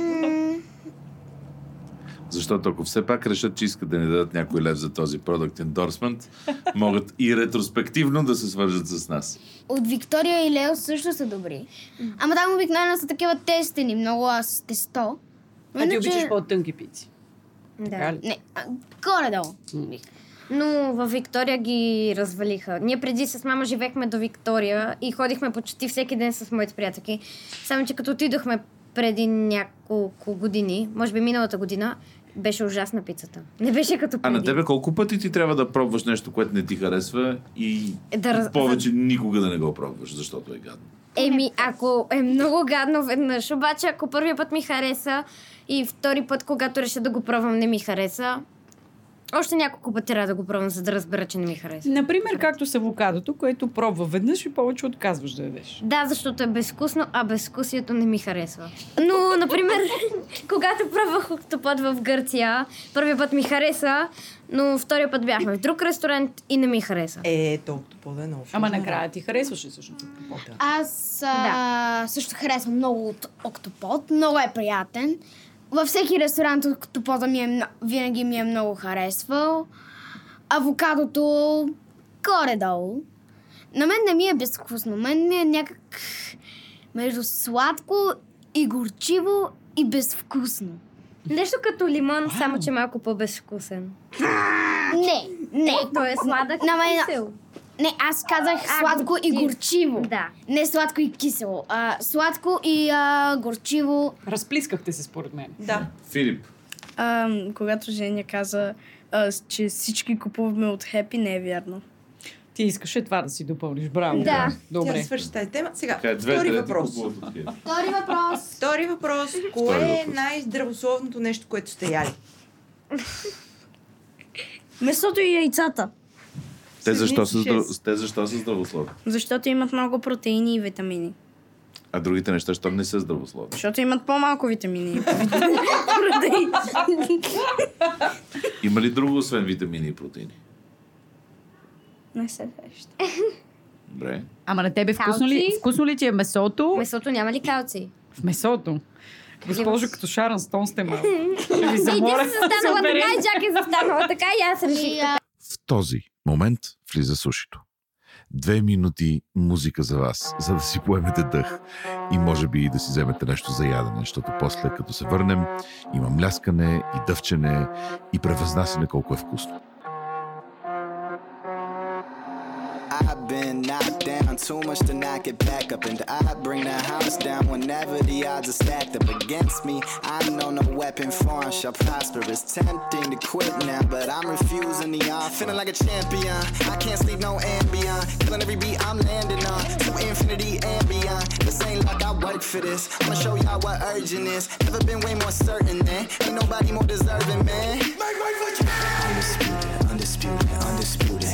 [SPEAKER 5] М,
[SPEAKER 1] Защото ако все пак решат, че искат да ни дадат някой лев за този продукт endorsement, могат и ретроспективно да се свържат с нас.
[SPEAKER 5] От Виктория и Лео също са добри. Ама там обикновено са такива тестени, много аз с тесто.
[SPEAKER 7] А ти обичаш по-тънки пици.
[SPEAKER 3] Да.
[SPEAKER 7] Така ли?
[SPEAKER 5] Не, а, горе-долу.
[SPEAKER 3] Но във Виктория ги развалиха. Ние преди с мама живеехме до Виктория и ходихме почти всеки ден с моите приятелки. Само, че като отидохме преди няколко години, може би миналата година, беше ужасна пицата. Не беше като
[SPEAKER 1] А
[SPEAKER 3] преди.
[SPEAKER 1] на тебе колко пъти ти трябва да пробваш нещо, което не ти харесва и
[SPEAKER 3] Е, да раз-
[SPEAKER 1] повече никога да не го пробваш, защото е гадно.
[SPEAKER 3] Еми, ако е много гадно веднъж, обаче ако първият път ми хареса и втори път, когато реша да го пробвам, не ми хареса, още няколко пъти трябва да го пробвам, за да разбера, че не ми хареса.
[SPEAKER 7] Например, както с авокадото, което пробва веднъж и повече отказваш да ядеш.
[SPEAKER 3] Да, защото е безвкусно, а безвкусието не ми харесва. Но, например, когато пробвах октопод в Гърция, първият път ми хареса, но втория път бяхме в друг ресторант и не ми хареса.
[SPEAKER 2] Е, толкова по да е много.
[SPEAKER 7] Ама накрая ти харесваше всъщност.
[SPEAKER 5] Аз а, също харесвам много от Октопод. Много е приятен. Във всеки ресторант Октопода ми е, мно- винаги ми е много харесвал. Авокадото горе-долу. На мен не ми е безвкусно. Мен ми е някак между сладко и горчиво и безвкусно.
[SPEAKER 3] Нещо като лимон, само че малко по-безвкусен.
[SPEAKER 5] Не, не.
[SPEAKER 3] Той е сладък
[SPEAKER 5] На
[SPEAKER 3] и
[SPEAKER 5] мен-
[SPEAKER 3] кисел.
[SPEAKER 5] Не, аз казах
[SPEAKER 3] А,
[SPEAKER 5] сладко и
[SPEAKER 3] горчиво.
[SPEAKER 5] горчиво.
[SPEAKER 3] Да.
[SPEAKER 5] Не сладко и кисело. А, сладко и а, горчиво.
[SPEAKER 7] Разплискахте се според мен.
[SPEAKER 2] Да.
[SPEAKER 1] Филип,
[SPEAKER 4] А, когато Женя каза, а, с- че всички купуваме от Хепи, не е вярно.
[SPEAKER 7] Ти искаше това да си допълниш. Браво.
[SPEAKER 4] Да.
[SPEAKER 2] Тя
[SPEAKER 7] Добре.
[SPEAKER 2] свърши тази тема. Сега,
[SPEAKER 1] така е две
[SPEAKER 2] втори
[SPEAKER 1] трети
[SPEAKER 2] въпрос.
[SPEAKER 1] купуват от хем.
[SPEAKER 5] Втори въпрос.
[SPEAKER 2] Втори въпрос. Кое е най-здравословното нещо, което сте яли?
[SPEAKER 4] Месото и яйцата,
[SPEAKER 1] Те защо са,
[SPEAKER 4] Седмици шест.
[SPEAKER 1] здраво- те защо са здравословни?
[SPEAKER 4] защото имат много протеини и витамини.
[SPEAKER 1] А другите неща, що не са здравословни?
[SPEAKER 4] Защото имат по-малко витамини. Протеини.
[SPEAKER 1] Има ли друго, освен витамини и протеини?
[SPEAKER 4] не се сеща.
[SPEAKER 1] Добре.
[SPEAKER 7] Ама на тебе вкусно ли,
[SPEAKER 3] Калци?
[SPEAKER 7] вкусно ли ти е месото?
[SPEAKER 3] Месото няма ли калци?
[SPEAKER 7] В месото. Госпожо, като Шаран Стон сте малко. Ще ви
[SPEAKER 3] И ти
[SPEAKER 7] замоля.
[SPEAKER 3] си застанала така, и Джак е застанала така, и аз реших
[SPEAKER 5] И, а,
[SPEAKER 1] В този момент влиза сушито. Две минути музика за вас, за да си поемете дъх и може би и да си вземете нещо за ядене, защото после като се върнем има мляскане и дъвчене и превъзнасяне колко е вкусно.
[SPEAKER 10] I've been knocked down too much to knock it back up, and I bring the house down whenever the odds are stacked up against me. I know no weapon foreign shall prosper. It's tempting to quit now, but I'm refusing the on. Feeling like a champion, I can't sleep no ambient. Killing every beat I'm landing on to infinity and beyond. This ain't like I work for this. I'ma show y'all what urgent is. Never been way more certain than ain't nobody more deserving, man. Make way for Undisputed, undisputed, undisputed.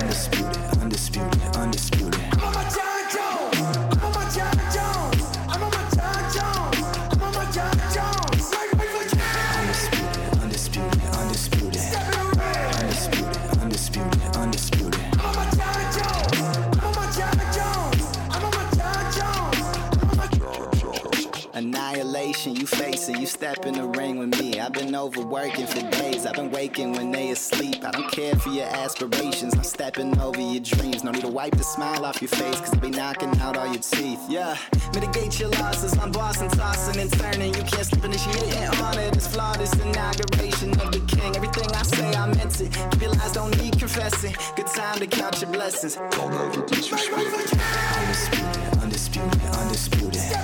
[SPEAKER 10] Undisputed, undisputed, undisputed.
[SPEAKER 11] I'm a John Jones. I'm a John Jones. I'm a John Jones. I'm a John Jones. Make way for
[SPEAKER 10] Undisputed, undisputed, undisputed. Undisputed, undisputed, undisputed.
[SPEAKER 11] I'm a John Jones. I'm a John Jones. I'm a John Jones. I'm a John Jones.
[SPEAKER 10] Annihilation, you facing, you step in the ring with me. I've been overworking for days, I've been waking when they asleep. I don't care for your aspirations, I'm stepping over your dreams. No need to wipe the smile off your face, cause I'll be knocking out all your teeth. Yeah, mitigate your losses, I'm bossing, tossing and turning. You can't sleep initiating on it. It's flawless inauguration of the king. Everything I say, I meant it. Keep your lies, don't need confessing. Good time to count your blessings. Don't ever disrespect. Undisputed, undisputed, undisputed.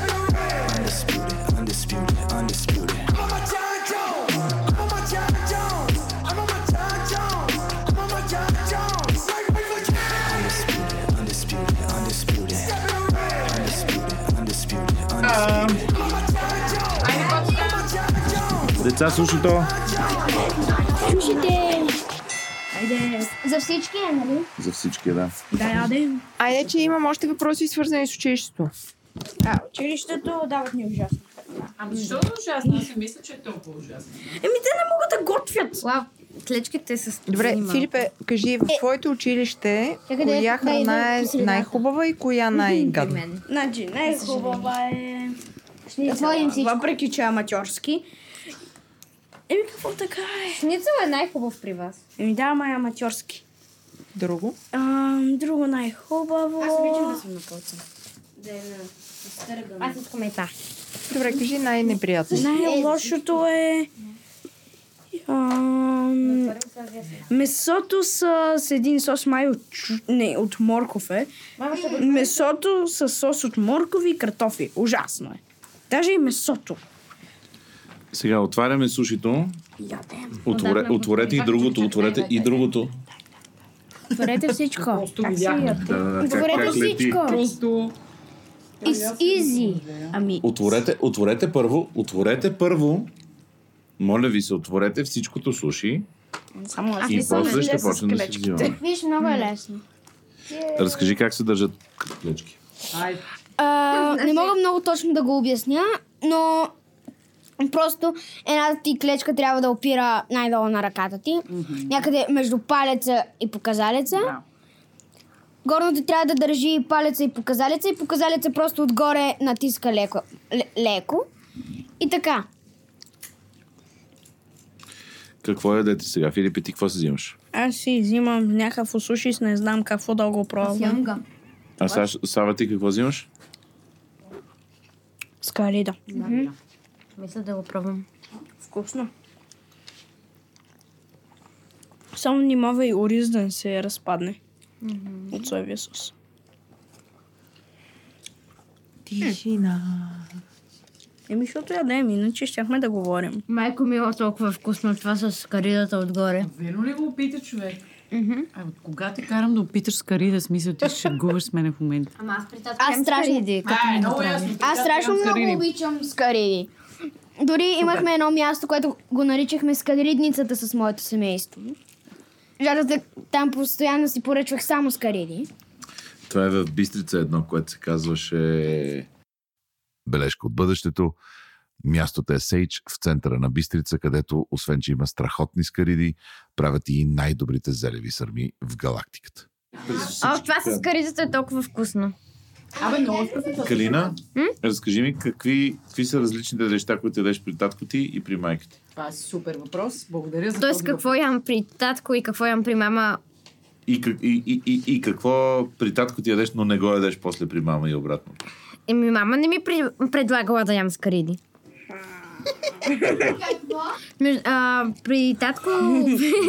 [SPEAKER 10] Undisputed, undisputed, undisputed.
[SPEAKER 11] I'm a John Jones. I'm a John Jones. I'm a John Jones. I'm a
[SPEAKER 12] Деца, слушайте това.
[SPEAKER 5] Слушайте! Айде! За всички е, нали?
[SPEAKER 12] За всички, да.
[SPEAKER 4] Да, айде.
[SPEAKER 13] Айде, че имам още въпроси, свързани с училището.
[SPEAKER 4] А, училището дават ни ужасно.
[SPEAKER 7] Ама Ами, защото ужасно? Аз си мисля, че е толкова ужасно.
[SPEAKER 4] Еми те не могат да готвят.
[SPEAKER 3] Лав, клечките са
[SPEAKER 13] Добре, Филипе, кажи,
[SPEAKER 7] Е.
[SPEAKER 13] в твоето училище,
[SPEAKER 4] Чакай да
[SPEAKER 13] коя
[SPEAKER 4] я- да,
[SPEAKER 13] храна
[SPEAKER 4] иде
[SPEAKER 13] е
[SPEAKER 4] по средата.
[SPEAKER 13] най-хубава и коя
[SPEAKER 7] е
[SPEAKER 13] най-гадна?
[SPEAKER 4] Значи, най-хубава е...
[SPEAKER 5] Отворим всичко.
[SPEAKER 4] Въпреки, че е аматьорски. Еми, какво така е?
[SPEAKER 3] Шницел е най-хубав при вас.
[SPEAKER 4] Еми, да, ама е аматьорски.
[SPEAKER 13] Друго?
[SPEAKER 4] Ам, друго най-хубаво...
[SPEAKER 3] Аз обичам да съм на полца.
[SPEAKER 4] Да, да.
[SPEAKER 3] Аз искам и това.
[SPEAKER 13] Добре, кажи най-неприятно.
[SPEAKER 4] Най-лошото е... Ам, месото с, с един сос май от, чу- не, от морков е.
[SPEAKER 3] Мама, ще го измери.
[SPEAKER 4] Месото с сос от моркови и картофи. Ужасно е. Даже и месото.
[SPEAKER 12] Сега отваряме сушито.
[SPEAKER 4] Ядем.
[SPEAKER 12] Отворе, отворете и другото, отворете и другото.
[SPEAKER 5] Отворете всичко. Просто видях.
[SPEAKER 12] Да, да, да, как-
[SPEAKER 5] Отворете
[SPEAKER 12] как лети.
[SPEAKER 5] всичко.
[SPEAKER 7] Просто...
[SPEAKER 5] It's easy. Ами,
[SPEAKER 12] Отворете, отворете първо, отворете първо. Моля ви се, отворете всичкото суши.
[SPEAKER 4] Само
[SPEAKER 12] И после ще почнем да си взимаме.
[SPEAKER 5] Виж, много е лесно.
[SPEAKER 12] Разкажи как се държат клечки.
[SPEAKER 5] А, не мога много точно да го обясня, но просто една ти клечка трябва да опира най-долу на ръката ти. Някъде между палеца и показалеца. Горното трябва да държи палеца и показалеца и показалеца просто отгоре натиска леко. л- леко. И така.
[SPEAKER 12] Какво ядете сега? Филип, и ти какво си взимаш?
[SPEAKER 4] Аз си взимам някакво суши с не знам какво да го пробвам.
[SPEAKER 3] Янга.
[SPEAKER 12] А Саш, Сава, ти какво взимаш?
[SPEAKER 4] С карида.
[SPEAKER 3] Мисля да го пробвам.
[SPEAKER 4] Вкусно. Само внимавай ориз да не се разпадне от соевия сос.
[SPEAKER 13] Тишина.
[SPEAKER 4] Еми, защото ядем, иначе щяхме да говорим.
[SPEAKER 14] Майко мила, толкова вкусно това с каридата отгоре.
[SPEAKER 7] Верно ли го опита човек? А от кога те карам да опиташ с карида, смисъл ти ще губиш с мене в момента.
[SPEAKER 3] Ама аз при тази
[SPEAKER 5] Аз страшно,
[SPEAKER 7] Ай, Ами, е много ясно.
[SPEAKER 5] аз страшно
[SPEAKER 7] Аз
[SPEAKER 5] много
[SPEAKER 7] кариди.
[SPEAKER 5] обичам скариди. Дори имахме едно място, което го наричахме скаридницата с моето семейство. Жарата там постоянно си поръчвах само скариди.
[SPEAKER 1] Това е в Бистрица едно, което се казваше... Бележка от бъдещето. Мястото е Сейдж в центъра на Бистрица, където, освен че има страхотни скариди, правят и най-добрите зелеви сърми в галактиката.
[SPEAKER 3] О, това с каридата е толкова вкусно.
[SPEAKER 7] Абе, много вкусно.
[SPEAKER 12] Калина, разкажи ми какви, какви са различните неща, които ядеш при татко ти и при майка ти.
[SPEAKER 7] Това е супер въпрос. Благодаря за
[SPEAKER 3] Тоест какво ям при татко и какво ям при мама.
[SPEAKER 12] И, как- и, и, и, и какво при татко ти ядеш, но не го ядеш после при мама и обратно.
[SPEAKER 3] Еми, мама не ми при- предлагала да ям с кариди. Между- а, при татко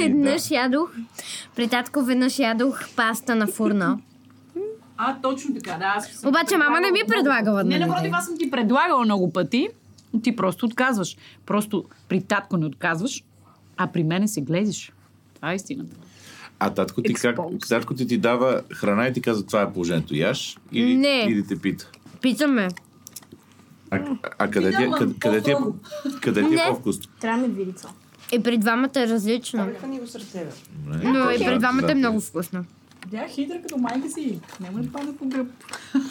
[SPEAKER 3] веднъж ядох при татко веднъж ядох паста на фурна.
[SPEAKER 7] А, точно така, да. Аз съм
[SPEAKER 3] Обаче мама не ми
[SPEAKER 7] много-
[SPEAKER 3] предлагала да
[SPEAKER 7] Не,
[SPEAKER 3] ядем.
[SPEAKER 7] напротив, аз съм ти предлагала много пъти. но Ти просто отказваш. Просто при татко не отказваш, а при мене се глезиш. Това е истината.
[SPEAKER 12] А татко ти, как, татко ти ти дава храна и ти казва това е положението. Яш или,
[SPEAKER 3] Не.
[SPEAKER 12] или те пита?
[SPEAKER 3] Питаме.
[SPEAKER 12] А, а- а къде, ти, е- къде, къде ти е, къде ти е
[SPEAKER 3] Не.
[SPEAKER 12] по-вкусно?
[SPEAKER 4] Трябва ми видица.
[SPEAKER 3] И при двамата е различно.
[SPEAKER 2] ни го сред тебе.
[SPEAKER 3] Но и при двамата е много вкусно.
[SPEAKER 7] Бях хитра като майка си. Няма да пада по гръб.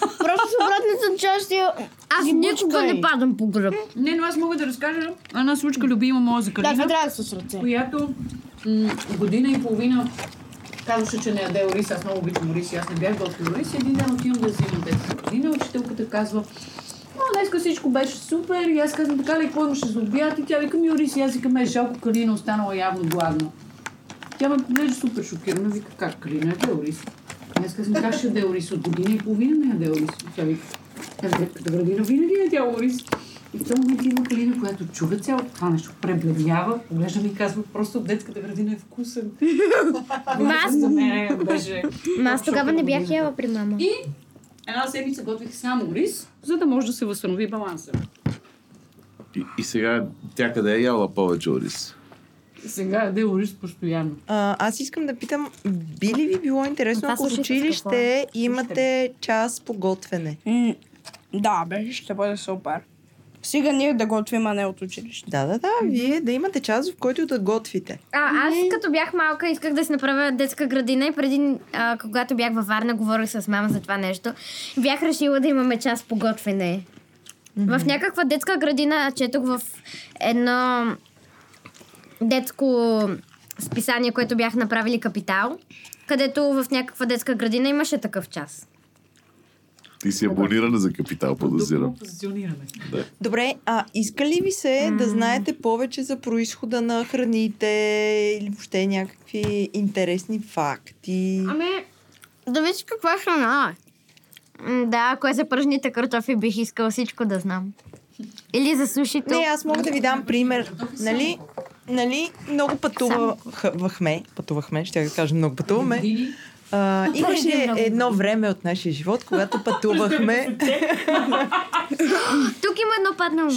[SPEAKER 5] Просто с обратната част е...
[SPEAKER 3] Аз никога не падам по гръб.
[SPEAKER 7] Не, но аз мога да разкажа една случка любима моя за Калина.
[SPEAKER 5] Да, това трябва да се с ръце.
[SPEAKER 7] Която м- година и половина казваше, че не яде ориз. Аз много обичам ориз и аз не бях готвил ориз. Един ден отивам да взимам детска градина. Учителката казва, но днеска всичко беше супер и аз казвам така ли, какво имаше за обяд? И тя вика ми ориз и аз викам, е жалко, Калина останала явно гладна. Тя ме поглежда супер шокирана, вика, как Калина яде ориз? Аз казвам, как ще яде ориз? От година и половина не яде ориз. И Тя вика, аз детската градина винаги яде ориз. И в този момент има Калина, която чува цялото това нещо, пребледнява, поглежда ми и казва, просто от детската градина е вкусен.
[SPEAKER 3] Аз-
[SPEAKER 7] За мен беше...
[SPEAKER 3] Ма аз тогава не бях яла при мама.
[SPEAKER 7] И една седмица готвих само рис, за да може да се възстанови баланса.
[SPEAKER 12] И, и сега тя къде е яла повече ориз?
[SPEAKER 7] Сега яде ориз постоянно.
[SPEAKER 2] А, аз искам да питам, би ли ви било интересно,
[SPEAKER 7] Това
[SPEAKER 2] ако в
[SPEAKER 7] слушайте какво е.
[SPEAKER 2] училище имате час по готвене?
[SPEAKER 4] Да, бе, ще бъде супер. Сега ние да готвим, а не от училище.
[SPEAKER 2] Да, да, да. Вие да имате час, в който да готвите.
[SPEAKER 3] А, аз като бях малка исках да си направя детска градина и преди, а, когато бях във Варна, говорих с мама за това нещо. Бях решила да имаме час по готвене. В някаква детска градина четох в едно детско списание, което бях направили Капитал, където в някаква детска градина имаше такъв час.
[SPEAKER 12] Ти си абонирана за капитал, подозирам.
[SPEAKER 15] Позиционираме.
[SPEAKER 12] Да.
[SPEAKER 2] Добре, а иска ли ви се да знаете повече за происхода на храните или въобще някакви интересни факти?
[SPEAKER 3] Ами, да видиш каква храна е. Да, кое за пръжните картофи бих искала всичко да знам. Или за сушито.
[SPEAKER 2] Не, аз мога да ви дам пример. Нали, нали много пътувахме, пътувахме, ще я кажа много пътуваме. А, имаше едно време от нашия живот, когато пътувахме.
[SPEAKER 3] Тук има едно паднало.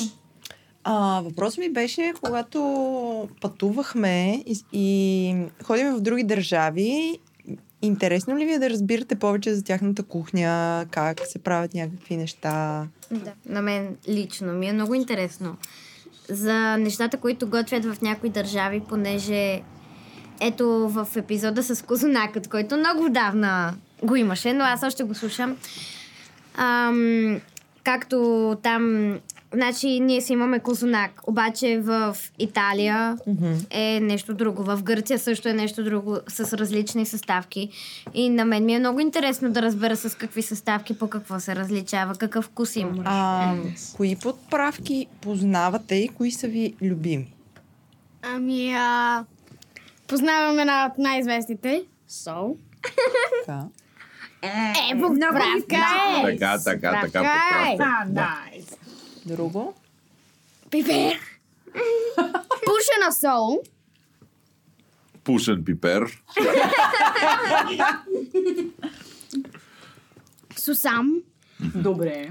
[SPEAKER 2] А, въпросът ми беше, когато пътувахме и, и ходим в други държави, интересно ли ви е да разбирате повече за тяхната кухня, как се правят някакви неща?
[SPEAKER 3] Да. На мен лично ми е много интересно за нещата, които готвят в някои държави, понеже ето в епизода с Козунакът, който много отдавна го имаше, но аз още го слушам. Ам, както там, значи ние си имаме Козунак, обаче в Италия е нещо друго. В Гърция също е нещо друго, с различни съставки. И на мен ми е много интересно да разбера с какви съставки, по какво се различава, какъв вкус има.
[SPEAKER 2] А, кои подправки познавате и кои са ви любими?
[SPEAKER 5] Ами, а... познавам една от най-известните. Сол.
[SPEAKER 2] Така.
[SPEAKER 5] Е, подправка е.
[SPEAKER 12] Така, така, така,
[SPEAKER 5] Така е.
[SPEAKER 12] подправка.
[SPEAKER 2] Друго?
[SPEAKER 5] Пипер. Пушена сол.
[SPEAKER 12] Пушен пипер.
[SPEAKER 5] Сусам.
[SPEAKER 15] Добре.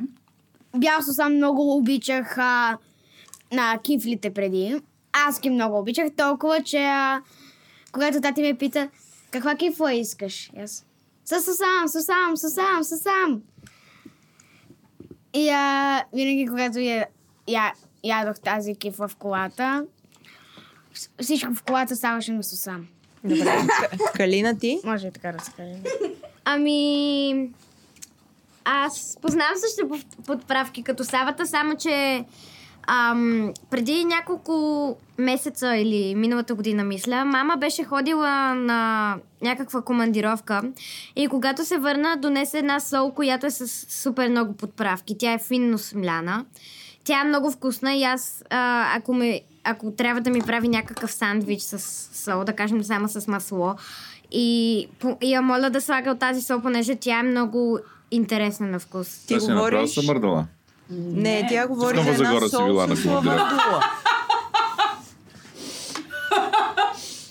[SPEAKER 5] Бял сусам много обичах а, на кифлите преди. Аз ги много обичах, толкова, че а, когато тати ме пита, каква кифла искаш? И Аз. С сусам, сусам, сусам, сусам. И а, винаги, когато я, я, ядох тази кифла в колата, вс- всичко в колата ставаше на сусам.
[SPEAKER 2] Добре. К- Калина ти?
[SPEAKER 5] Може и така да се каже.
[SPEAKER 3] Ами, аз познавам също пов- подправки като савата, само че ам, преди няколко месеца или миналата година, мисля, мама беше ходила на някаква командировка и когато се върна, донесе една сол, която е с супер много подправки. Тя е финно смляна. Тя е много вкусна и аз, а, ако, ме, ако трябва да ми прави някакъв сандвич с сол, да кажем само с масло, и, по- и я моля да слага от тази сол, понеже тя е много интересна на вкус.
[SPEAKER 12] Ти си е направо са мърдала.
[SPEAKER 2] Не, тя говори
[SPEAKER 12] Нова
[SPEAKER 2] за една
[SPEAKER 12] Загора си била
[SPEAKER 2] сол
[SPEAKER 12] на
[SPEAKER 2] с
[SPEAKER 12] командировка.
[SPEAKER 2] лавандула.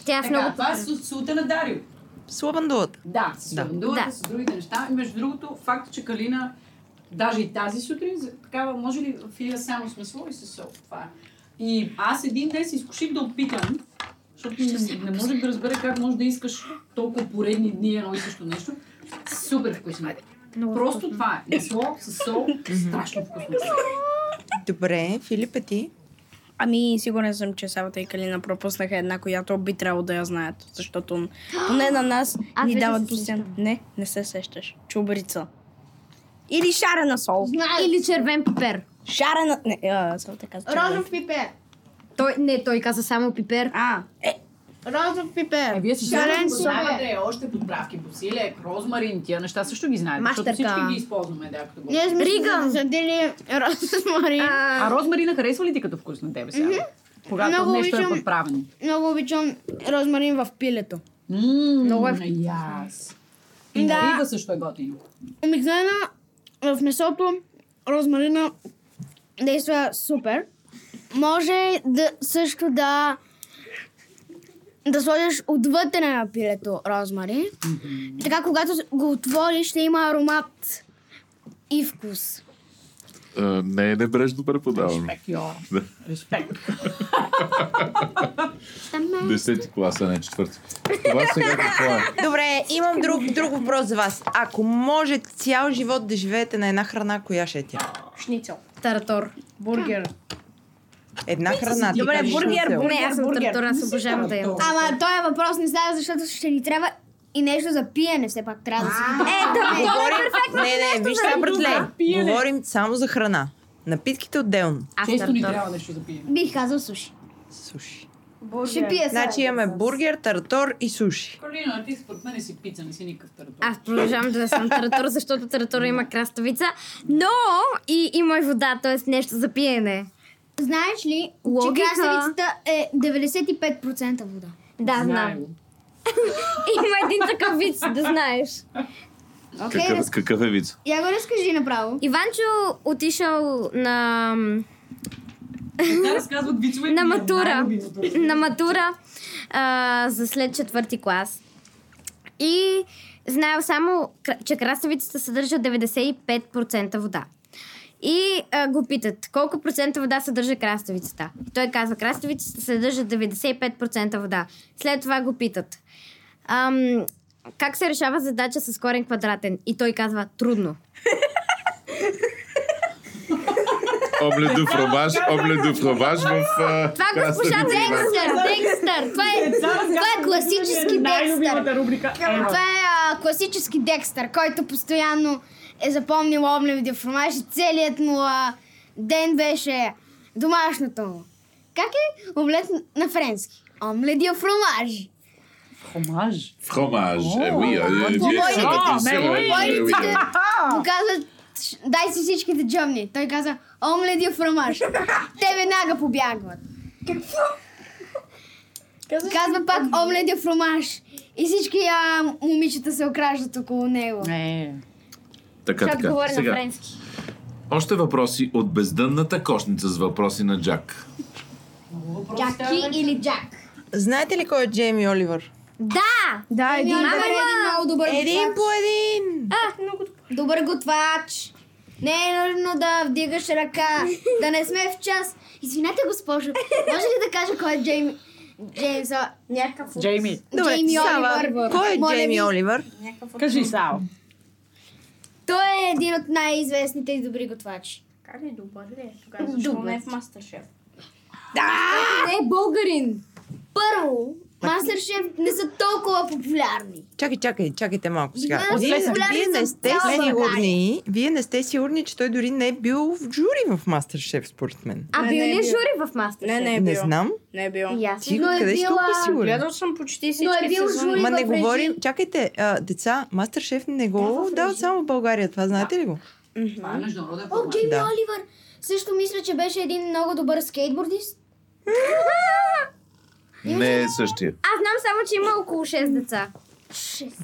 [SPEAKER 3] Тя
[SPEAKER 7] е много... Това е су- сута на Дарио.
[SPEAKER 2] С лавандулата.
[SPEAKER 7] Да, с да.
[SPEAKER 3] Да.
[SPEAKER 7] с другите неща. И между другото, факт, че Калина даже и тази сутрин, за такава, може ли фия само с масло и с сол? Това е. И аз един ден се изкуших да опитам, защото не, не можех да разбера как може да искаш толкова поредни дни едно и също нещо. Супер вкусно. Просто това е. Масло с сол, страшно вкусно.
[SPEAKER 2] Добре, Филипе ти?
[SPEAKER 4] Ами, сигурен съм, че Савата и Калина пропуснаха една, която би трябвало да я знаят, защото поне на нас
[SPEAKER 3] Аз
[SPEAKER 4] ни
[SPEAKER 3] вече
[SPEAKER 4] дават
[SPEAKER 3] се
[SPEAKER 4] постоянно. Не, не се сещаш. Чубрица. Или шарена сол.
[SPEAKER 7] е
[SPEAKER 3] Или червен пипер.
[SPEAKER 4] Шарена... Не, а, Савата каза червен.
[SPEAKER 5] Розов пипер.
[SPEAKER 3] Той, не, той каза само пипер.
[SPEAKER 4] А, е,
[SPEAKER 5] Розов пипер.
[SPEAKER 7] Е, вие си
[SPEAKER 5] Шарен
[SPEAKER 7] познавате
[SPEAKER 5] пипер.
[SPEAKER 7] е още подправки по силе, розмарин, тия неща също ги знаете, защото
[SPEAKER 3] Мащерка.
[SPEAKER 7] всички ги използваме, да, като го
[SPEAKER 5] Ние сме
[SPEAKER 3] Риган.
[SPEAKER 5] задели розов марин.
[SPEAKER 7] А розмарина харесва ли ти като вкус на тебе сега? Когато
[SPEAKER 5] Много
[SPEAKER 7] нещо е
[SPEAKER 5] обичам-
[SPEAKER 7] подправено.
[SPEAKER 5] Много обичам розмарин в пилето.
[SPEAKER 7] Много е яс. И
[SPEAKER 5] Да.
[SPEAKER 7] на риба също е готино.
[SPEAKER 5] Обикновено в месото розмарина действа супер. Може да, също да да сложиш отвътре на пилето розмарин. Така, когато го отвориш, ще има аромат и вкус.
[SPEAKER 12] А, Не е небрежно преподавано.
[SPEAKER 7] Йо.
[SPEAKER 12] Да.
[SPEAKER 7] Респект.
[SPEAKER 12] Десети клас, а не четвърти. Това сега какво е?
[SPEAKER 2] Добре, имам друг, друг въпрос за вас. Ако може цял живот да живеете на една храна, коя ще е тя?
[SPEAKER 4] шницел.
[SPEAKER 3] Таратор.
[SPEAKER 7] Бургер.
[SPEAKER 2] Една храна. ти
[SPEAKER 3] Добре,
[SPEAKER 2] кажеш
[SPEAKER 3] бургер,
[SPEAKER 2] на цел.
[SPEAKER 3] бургер. Не, аз съм таратор, аз обожавам да ям.
[SPEAKER 5] Ама този въпрос не става, защото ще ни трябва и нещо за пиене, все пак трябва да си
[SPEAKER 3] Е, да,
[SPEAKER 2] Не, говорим... не, не, виж сега, братле. Говорим само за храна. Напитките отделно.
[SPEAKER 7] Често ни трябва нещо да пием.
[SPEAKER 5] Бих казал суши.
[SPEAKER 2] Суши.
[SPEAKER 5] Ще пия сега.
[SPEAKER 2] Значи имаме бургер, тартор и суши.
[SPEAKER 7] Калина, ти според мен си пица, не си никакъв таратор.
[SPEAKER 3] Аз продължавам да съм таратор, защото таратор има краставица, но и има и вода, т.е. нещо за пиене.
[SPEAKER 5] Знаеш ли,
[SPEAKER 3] Логика.
[SPEAKER 5] че красавицата е 95% вода?
[SPEAKER 3] Да, знам. Има един такъв вид, да знаеш.
[SPEAKER 12] Какъв, какъв е вид?
[SPEAKER 5] Я го разкажи направо.
[SPEAKER 3] Иванчо отишъл на...
[SPEAKER 7] разказват вицове.
[SPEAKER 3] На матура. На матура а, за след четвърти клас. И знаел само, кра- че краставицата съдържа 95% вода. И а, го питат, колко процента вода съдържа краставицата? И той казва, краставицата съдържа 95% вода. След това го питат, ам, как се решава задача с корен квадратен? И той казва, трудно.
[SPEAKER 1] Обледо фробаж, обледо фробаж в... а,
[SPEAKER 3] Това
[SPEAKER 1] красата
[SPEAKER 3] госпожа
[SPEAKER 1] ни вина.
[SPEAKER 5] Декстър, Декстър, това е, това е класически Декстър. Това е а, класически Декстър, който постоянно е запомнил Омлев деформаж и целият му а, ден беше домашното му. Как е омлет на френски? Омлет и фромаж.
[SPEAKER 7] Хомаж.
[SPEAKER 1] Фромаж, е, oui, е, е, е,
[SPEAKER 5] Говорите,
[SPEAKER 1] е, е, е, е, е,
[SPEAKER 5] говорите,
[SPEAKER 1] е, е.
[SPEAKER 5] му казват, «Ш- дай си всичките джобни. Той каза, омлет и фромаж. Те веднага побягват. Какво? Казва пак омлет и фромаж. И всички а, момичета се окраждат около него.
[SPEAKER 7] Не.
[SPEAKER 16] Така, така. Сега,
[SPEAKER 5] френски.
[SPEAKER 16] още въпроси от бездънната кошница с въпроси на Джак.
[SPEAKER 5] Джаки или Джак?
[SPEAKER 2] Знаете ли кой е Джейми Оливър?
[SPEAKER 3] Да!
[SPEAKER 5] Да,
[SPEAKER 2] един
[SPEAKER 5] Мама
[SPEAKER 2] добър.
[SPEAKER 5] е един много добър
[SPEAKER 2] Един
[SPEAKER 5] готвач.
[SPEAKER 2] по един!
[SPEAKER 5] А, много добър. Добър готвач. Не е нужно да вдигаш ръка, да не сме в час. Извинете, госпожо, може ли да кажа кой е Джейми? Джеймс, а, някакъв... от-
[SPEAKER 7] Джейми.
[SPEAKER 2] Добре,
[SPEAKER 5] Джейми
[SPEAKER 2] Сава,
[SPEAKER 5] Оливър.
[SPEAKER 2] кой е
[SPEAKER 5] Моля
[SPEAKER 2] Джейми
[SPEAKER 5] ви.
[SPEAKER 2] Оливър?
[SPEAKER 5] Някакъв от-
[SPEAKER 7] Кажи, Сао.
[SPEAKER 5] Той е един от най-известните и добри готвачи.
[SPEAKER 17] Как е добър ли? Тогава защо
[SPEAKER 5] Добър.
[SPEAKER 17] не е в Мастершеф?
[SPEAKER 5] Да! Не е българин. Първо, Мастершеф не са толкова популярни.
[SPEAKER 2] Чакай, чакай, чакайте малко сега.
[SPEAKER 5] Да,
[SPEAKER 2] Вие,
[SPEAKER 5] след-
[SPEAKER 2] вие не сте
[SPEAKER 5] цяла България.
[SPEAKER 2] сигурни, вие не сте сигурни, че той дори не е бил в жури в Мастершеф, според мен.
[SPEAKER 3] А
[SPEAKER 17] Не,
[SPEAKER 3] бил
[SPEAKER 17] не е
[SPEAKER 3] ли
[SPEAKER 17] бил.
[SPEAKER 3] жури в мастер?
[SPEAKER 17] Не, не е
[SPEAKER 2] Не
[SPEAKER 17] бил.
[SPEAKER 2] знам.
[SPEAKER 17] Не е бил.
[SPEAKER 3] И аз
[SPEAKER 2] Ти къде си толкова сигурен?
[SPEAKER 17] Гледал съм почти всички
[SPEAKER 3] Но е бил
[SPEAKER 17] сезони.
[SPEAKER 3] жури
[SPEAKER 2] Ма не
[SPEAKER 3] в режим.
[SPEAKER 2] говорим, чакайте, а, деца, Мастершеф не го дават само в България, това знаете ли го?
[SPEAKER 7] Това е международен
[SPEAKER 5] О,
[SPEAKER 7] формат.
[SPEAKER 5] Джейми
[SPEAKER 2] Да.
[SPEAKER 5] Оливър също мисля, че беше един много добър скейтбордист.
[SPEAKER 12] Не е същия.
[SPEAKER 3] Аз знам само, че има около 6 деца.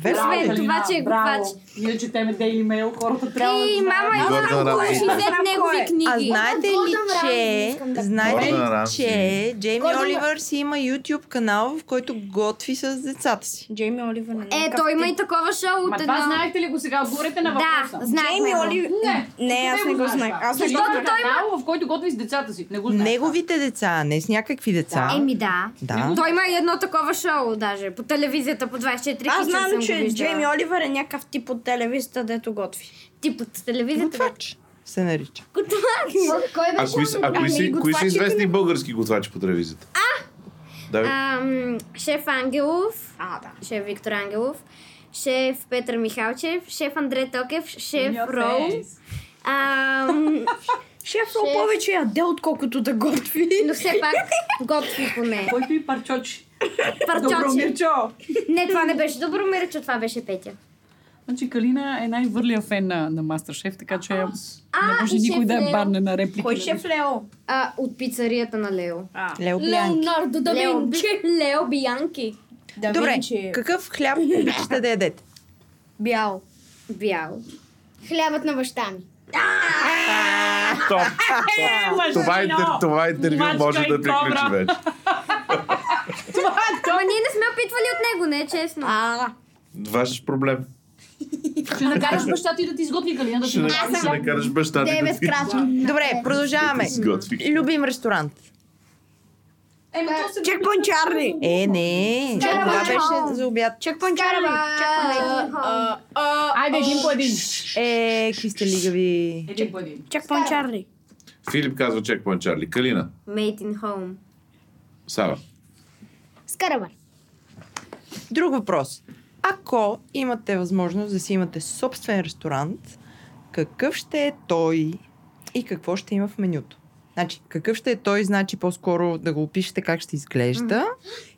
[SPEAKER 12] Верно
[SPEAKER 3] Освен
[SPEAKER 7] Калина,
[SPEAKER 3] това, че е
[SPEAKER 7] браво.
[SPEAKER 3] готвач.
[SPEAKER 7] Ние четеме Daily Mail, хората трябва да
[SPEAKER 3] И
[SPEAKER 7] го
[SPEAKER 3] мама
[SPEAKER 7] знаят.
[SPEAKER 3] има
[SPEAKER 7] Аз знам
[SPEAKER 3] около
[SPEAKER 7] кой е.
[SPEAKER 3] 60 негови книги.
[SPEAKER 2] А знаете ли,
[SPEAKER 3] Гордон Рамзи,
[SPEAKER 2] че,
[SPEAKER 3] искам да
[SPEAKER 2] знаете
[SPEAKER 3] кажа.
[SPEAKER 2] ли, че Джейми
[SPEAKER 3] Гордон-
[SPEAKER 2] Оливър си има YouTube канал, в който готви с децата си.
[SPEAKER 17] Джейми Оливър не
[SPEAKER 3] Е, той има и такова шоу
[SPEAKER 7] Ма
[SPEAKER 3] от
[SPEAKER 7] това
[SPEAKER 3] едно...
[SPEAKER 7] знаете ли го сега? Отговорете на въпроса.
[SPEAKER 3] Да, знаехме
[SPEAKER 17] Джейми
[SPEAKER 3] го.
[SPEAKER 17] Оливър-
[SPEAKER 7] Не.
[SPEAKER 17] Не, аз не го знаех. Аз не го
[SPEAKER 7] Защото
[SPEAKER 17] знаех.
[SPEAKER 7] той има... в който готви с децата си. Не го знаех.
[SPEAKER 2] Неговите деца, не с някакви деца.
[SPEAKER 3] Еми да.
[SPEAKER 2] Да.
[SPEAKER 3] Той има и едно такова шоу даже по телевизията по 24
[SPEAKER 17] Аз
[SPEAKER 3] часа съм
[SPEAKER 17] знам,
[SPEAKER 3] го
[SPEAKER 17] че
[SPEAKER 3] виждала.
[SPEAKER 17] Джейми Оливър е някакъв тип от телевизията, дето готви.
[SPEAKER 3] Тип от телевизията.
[SPEAKER 2] Готвач се нарича.
[SPEAKER 5] Кой
[SPEAKER 12] А кои са, а кои са, кои са известни български готвачи по телевизията? А! Да, бе.
[SPEAKER 3] Ам, шеф Ангелов,
[SPEAKER 17] А, да.
[SPEAKER 3] шеф Виктор Ангелов, шеф Петър Михалчев, шеф Андре Токев, шеф
[SPEAKER 7] Your
[SPEAKER 3] Роу.
[SPEAKER 7] face.
[SPEAKER 3] Ам,
[SPEAKER 17] Шеф много
[SPEAKER 3] Шеф.
[SPEAKER 17] повече яде, отколкото да готви.
[SPEAKER 3] но все пак готви поне.
[SPEAKER 7] Който и парчочи.
[SPEAKER 3] Парчоче.
[SPEAKER 7] Добромирчо.
[SPEAKER 3] Не, това не беше добро мирче, това беше Петя.
[SPEAKER 7] Значи Калина е най-върлия фен на, на Мастершеф, така че не може
[SPEAKER 3] и
[SPEAKER 7] никой
[SPEAKER 3] шеф
[SPEAKER 7] да я
[SPEAKER 17] е-
[SPEAKER 3] Лео.
[SPEAKER 7] барне на реплики.
[SPEAKER 17] Кой шеф Лео?
[SPEAKER 3] А, от пицарията на Лео.
[SPEAKER 17] А.
[SPEAKER 2] Лео Бянки.
[SPEAKER 14] Леонардо да
[SPEAKER 3] Лео
[SPEAKER 14] Винчи. Лео Бианки.
[SPEAKER 17] Да
[SPEAKER 2] Добре,
[SPEAKER 17] Винчи.
[SPEAKER 2] какъв хляб обичате да ядете?
[SPEAKER 5] Бял.
[SPEAKER 3] Бял.
[SPEAKER 5] Хлябът на баща ми.
[SPEAKER 12] Стоп.
[SPEAKER 7] Е,
[SPEAKER 12] Това
[SPEAKER 7] мъжино!
[SPEAKER 12] интер- това интервю
[SPEAKER 7] Мачка
[SPEAKER 12] може
[SPEAKER 7] и
[SPEAKER 12] да приключи
[SPEAKER 7] кобра.
[SPEAKER 12] вече.
[SPEAKER 3] Ама ние не сме опитвали от него, не е честно.
[SPEAKER 17] А,
[SPEAKER 12] Ваш проблем.
[SPEAKER 7] Ще накараш баща ти да ти изготви Калина да ти
[SPEAKER 12] Ще
[SPEAKER 7] направи
[SPEAKER 12] накараш- ще
[SPEAKER 7] хляб.
[SPEAKER 12] накараш баща ти да
[SPEAKER 5] Девет
[SPEAKER 12] ти
[SPEAKER 5] крачки.
[SPEAKER 2] Добре, продължаваме.
[SPEAKER 12] изготви.
[SPEAKER 2] Любим ресторант.
[SPEAKER 7] Еми, то се...
[SPEAKER 17] Чекпоинт Чарли.
[SPEAKER 2] Е, не. Това беше за обяд.
[SPEAKER 17] Чекпоинт Чарли.
[SPEAKER 3] А,
[SPEAKER 7] Айде, един по един.
[SPEAKER 2] Е, какви сте лигави.
[SPEAKER 7] Един по един.
[SPEAKER 17] Чекпоинт Чарли.
[SPEAKER 1] Филип казва чекпоинт Чарли. Калина,
[SPEAKER 3] Made in home.
[SPEAKER 1] Сава.
[SPEAKER 3] Скарабар.
[SPEAKER 2] Друг въпрос. Ако имате възможност да си имате собствен ресторант, какъв ще е той и какво ще има в менюто? Значи, какъв ще е той, значи по-скоро да го опишете как ще изглежда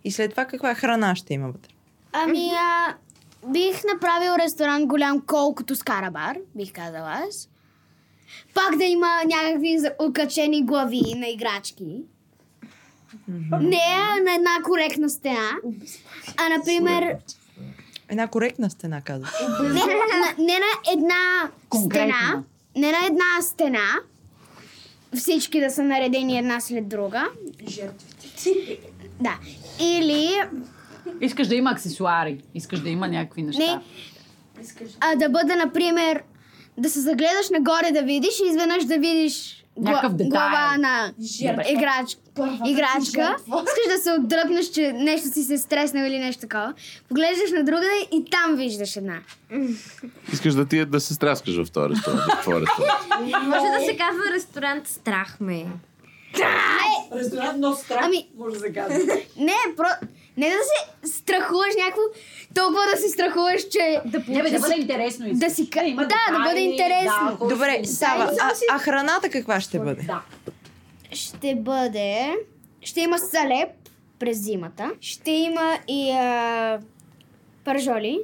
[SPEAKER 2] и след това каква храна ще има вътре.
[SPEAKER 5] Ами, а, бих направил ресторант голям колкото Скарабар, бих казала аз. Пак да има някакви за- окачени глави на играчки. Не а на една коректна стена, а например...
[SPEAKER 2] Една коректна стена, казвам.
[SPEAKER 5] Не, на, не на една
[SPEAKER 2] Конкретна.
[SPEAKER 5] стена, не на една стена, всички да са наредени една след друга. Жертвите. Да. Или
[SPEAKER 7] Искаш да има аксесуари, искаш да има някакви неща.
[SPEAKER 5] Не. А да бъде, например, да се загледаш нагоре да видиш и изведнъж да видиш гла-
[SPEAKER 7] Някакъв детайл.
[SPEAKER 5] глава на
[SPEAKER 7] Жертва.
[SPEAKER 5] играч,
[SPEAKER 7] Първата
[SPEAKER 5] играчка.
[SPEAKER 7] жертва.
[SPEAKER 5] Искаш да се отдръпнеш, че нещо си се е стреснал или нещо такова. Поглеждаш на друга и там виждаш една.
[SPEAKER 1] Искаш да ти е да се страскаш в този ресторант. в твоя ресторант.
[SPEAKER 3] Може да се казва ресторант страх ме.
[SPEAKER 7] Ресторант, но страх
[SPEAKER 5] ами...
[SPEAKER 7] може да се казва.
[SPEAKER 5] не, про... не да се страхуваш някакво, толкова да се страхуваш, че... Да,
[SPEAKER 7] Не, бе, да бъде интересно.
[SPEAKER 5] Да си... Да, да, да бъде
[SPEAKER 7] детайли,
[SPEAKER 5] интересно.
[SPEAKER 7] да,
[SPEAKER 2] Добре, Сава, а, а храната каква ще бъде?
[SPEAKER 7] Да.
[SPEAKER 5] ще бъде... Ще има салеп през зимата. Ще има и а, пържоли.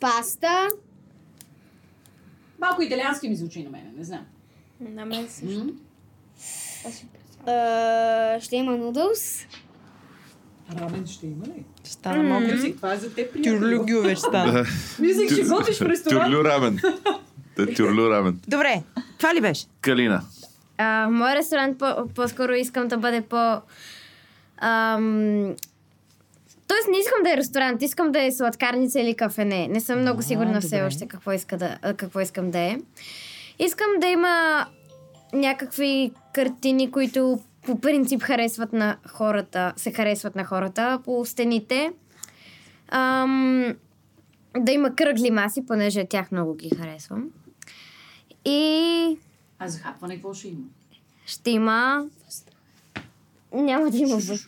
[SPEAKER 5] Паста.
[SPEAKER 7] Малко италиански ми звучи на мене, не знам.
[SPEAKER 5] На мен също. А, ще има нудълс.
[SPEAKER 7] Рамен ще има ли?
[SPEAKER 2] Стана
[SPEAKER 5] М.
[SPEAKER 2] малко.
[SPEAKER 7] Мюзик, това е за теб, приятел.
[SPEAKER 2] Тюрлю гювеч стана.
[SPEAKER 7] Мюзик, ще готвиш в ресторант?
[SPEAKER 16] Тюрлю рамен. Те Тюрлю рамен.
[SPEAKER 2] Добре, това ли беше?
[SPEAKER 16] Калина.
[SPEAKER 3] А, в моя ресторант по- по-скоро искам да бъде по... Ам... Тоест не искам да е ресторант, искам да е сладкарница или кафене. Не съм много сигурна все
[SPEAKER 14] добре.
[SPEAKER 3] още какво, иска да, а, какво искам да е. Искам да има някакви картини, които по принцип харесват на хората, се харесват на хората по стените. Ам... Да има кръгли маси, понеже тях много ги харесвам. И
[SPEAKER 7] А за хапване какво ще има?
[SPEAKER 3] ще има... Няма да има въздух.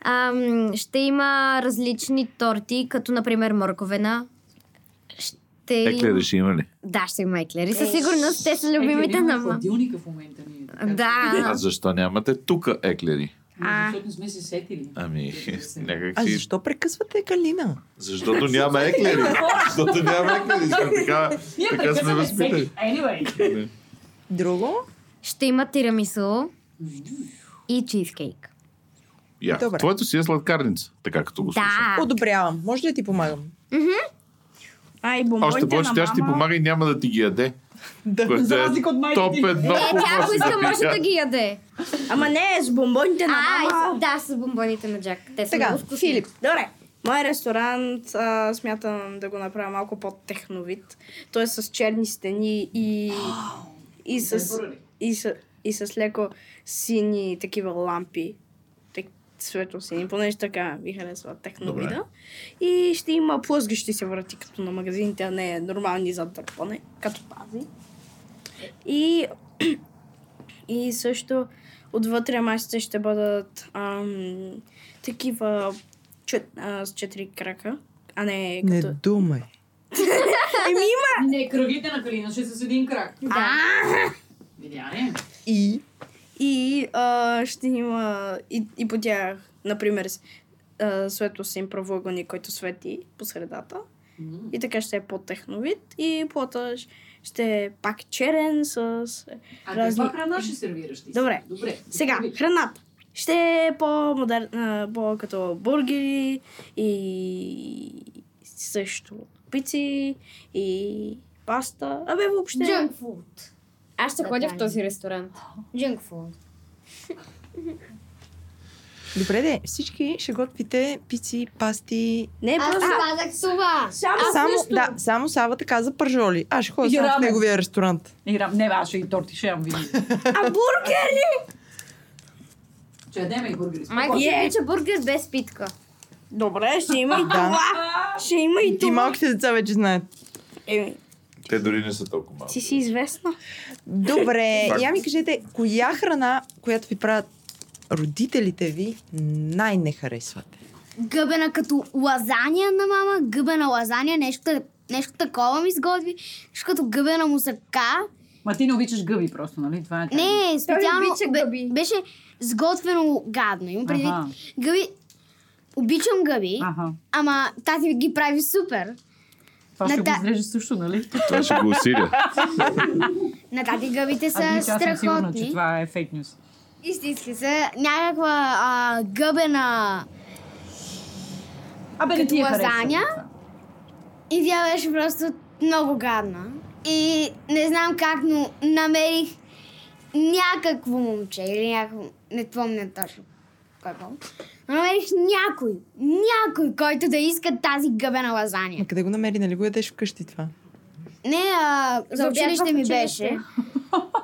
[SPEAKER 3] Ам, ще има различни торти, като например морковена. Ще... има-
[SPEAKER 16] Еклери ще има ли?
[SPEAKER 3] Да, ще има еклери.
[SPEAKER 4] Е,
[SPEAKER 3] Със сигурност те са любимите
[SPEAKER 7] Еклери
[SPEAKER 3] на
[SPEAKER 7] има в
[SPEAKER 3] мама.
[SPEAKER 7] хладилника в момента е ни.
[SPEAKER 3] Да.
[SPEAKER 16] А защо нямате тука еклери?
[SPEAKER 7] А. Защото не сме се сетили.
[SPEAKER 16] Ами, някак
[SPEAKER 2] А
[SPEAKER 16] си...
[SPEAKER 2] защо прекъсвате Калина?
[SPEAKER 16] Защото няма еклери. Защото няма еклери. Защото Така, така сме възпитали.
[SPEAKER 7] Anyway.
[SPEAKER 2] Друго?
[SPEAKER 3] Ще има тирамисо и чизкейк.
[SPEAKER 16] Я,
[SPEAKER 2] Добре.
[SPEAKER 16] Твоето си е сладкарница, така като го слушам.
[SPEAKER 2] Одобрявам. Може ли да ти помагам?
[SPEAKER 4] Ай,
[SPEAKER 16] Още повече, тя ще ти помага и няма да ти ги яде.
[SPEAKER 2] Да,
[SPEAKER 16] което е Топ едно
[SPEAKER 3] Е, тя ако иска,
[SPEAKER 16] помощ.
[SPEAKER 3] може да ги яде.
[SPEAKER 4] Ама не, с бомбоните на
[SPEAKER 3] А,
[SPEAKER 4] мама.
[SPEAKER 3] и с- да, с бомбоните на Джак. Те са
[SPEAKER 4] Сега,
[SPEAKER 3] много вкусни.
[SPEAKER 4] Филип. Добре. Мой ресторант а, смятам да го направя малко по-техновид. Той е с черни стени и... и, с, и, с, и с леко сини такива лампи. Так, светло-сини, понеже така ми харесва техновида. И ще има плъзгащи се врати, като на магазините, а не нормални за дърпане, като пази. И, и също отвътре масите ще бъдат ам, такива чет, а, с четири крака, а не
[SPEAKER 2] Не
[SPEAKER 4] като...
[SPEAKER 2] думай.
[SPEAKER 4] Еми има!
[SPEAKER 7] Не, кръгите на Калина ще са с един крак.
[SPEAKER 4] Да.
[SPEAKER 7] Видя ли?
[SPEAKER 2] И?
[SPEAKER 4] И а, ще има и, и по тях, например, с- а, светло син правоъгълник, който свети по средата. И така ще е по-техновид и плота ш- ще е пак черен с
[SPEAKER 7] А
[SPEAKER 4] разни...
[SPEAKER 7] каква храна ще сервираш ти?
[SPEAKER 4] Добре.
[SPEAKER 7] Добре.
[SPEAKER 4] Сега, храната. Ще е по-модерна, по-като бургери и също пици и паста. Абе, въобще...
[SPEAKER 3] Junk food. Аз ще ходя в този ресторант.
[SPEAKER 5] Junk food.
[SPEAKER 2] Добре, де, всички ще готвите пици, пасти.
[SPEAKER 4] Не, е
[SPEAKER 5] Аз казах това.
[SPEAKER 4] Само,
[SPEAKER 2] Ами само, да, само Савата каза пържоли. Аз ще ходя
[SPEAKER 7] И
[SPEAKER 2] само в
[SPEAKER 7] рамен.
[SPEAKER 2] неговия ресторант.
[SPEAKER 7] И рам... Не, бе, аз ще и торти ще ям винаги.
[SPEAKER 4] А бургери!
[SPEAKER 7] Ще ядем и бургери.
[SPEAKER 3] Майка
[SPEAKER 4] Е.
[SPEAKER 7] Спокойно.
[SPEAKER 3] yeah. обича бургер без питка.
[SPEAKER 4] Добре, ще има и
[SPEAKER 2] Да.
[SPEAKER 4] това. Ще има и
[SPEAKER 2] И
[SPEAKER 4] това. Е,
[SPEAKER 2] малките деца вече знаят.
[SPEAKER 4] Еми,
[SPEAKER 12] Те дори не са толкова малки.
[SPEAKER 17] Ти си известна.
[SPEAKER 2] Добре,
[SPEAKER 12] Факт.
[SPEAKER 2] я ми кажете, коя храна, която ви правят родителите ви, най-не харесвате?
[SPEAKER 5] гъбена като лазания на мама, гъбена лазания, нещо, та- нещо такова ми сготви, нещо като гъбена мусака.
[SPEAKER 7] Ма ти не обичаш гъби просто, нали? Това е тайна.
[SPEAKER 5] Не, специално
[SPEAKER 7] обича
[SPEAKER 5] бе- беше сготвено гадно. Имам предвид
[SPEAKER 7] Аха.
[SPEAKER 5] гъби. Обичам гъби,
[SPEAKER 7] Аха.
[SPEAKER 5] ама тази ги прави супер.
[SPEAKER 7] Това ще
[SPEAKER 5] На
[SPEAKER 7] го
[SPEAKER 5] та-
[SPEAKER 7] изрежеш също, нали?
[SPEAKER 5] Това ще го усиля. На тати
[SPEAKER 7] Аз
[SPEAKER 5] гъбите са
[SPEAKER 7] мисля, Ами, аз съм сигурна, че
[SPEAKER 5] страхотни.
[SPEAKER 7] това е фейк нюс.
[SPEAKER 5] Истински са някаква а, гъбена
[SPEAKER 7] Абе, не ти е я харесва.
[SPEAKER 5] лазаня. И тя беше просто много гадна. И не знам как, но намерих някакво момче или някакво... Не помня точно кой бил. Но намерих някой, някой, който да иска тази гъбена лазаня.
[SPEAKER 2] Ма къде го намери, нали го ядеш вкъщи това?
[SPEAKER 5] Не, а, за
[SPEAKER 2] За обяд в
[SPEAKER 5] училище ми
[SPEAKER 2] училище.
[SPEAKER 5] беше.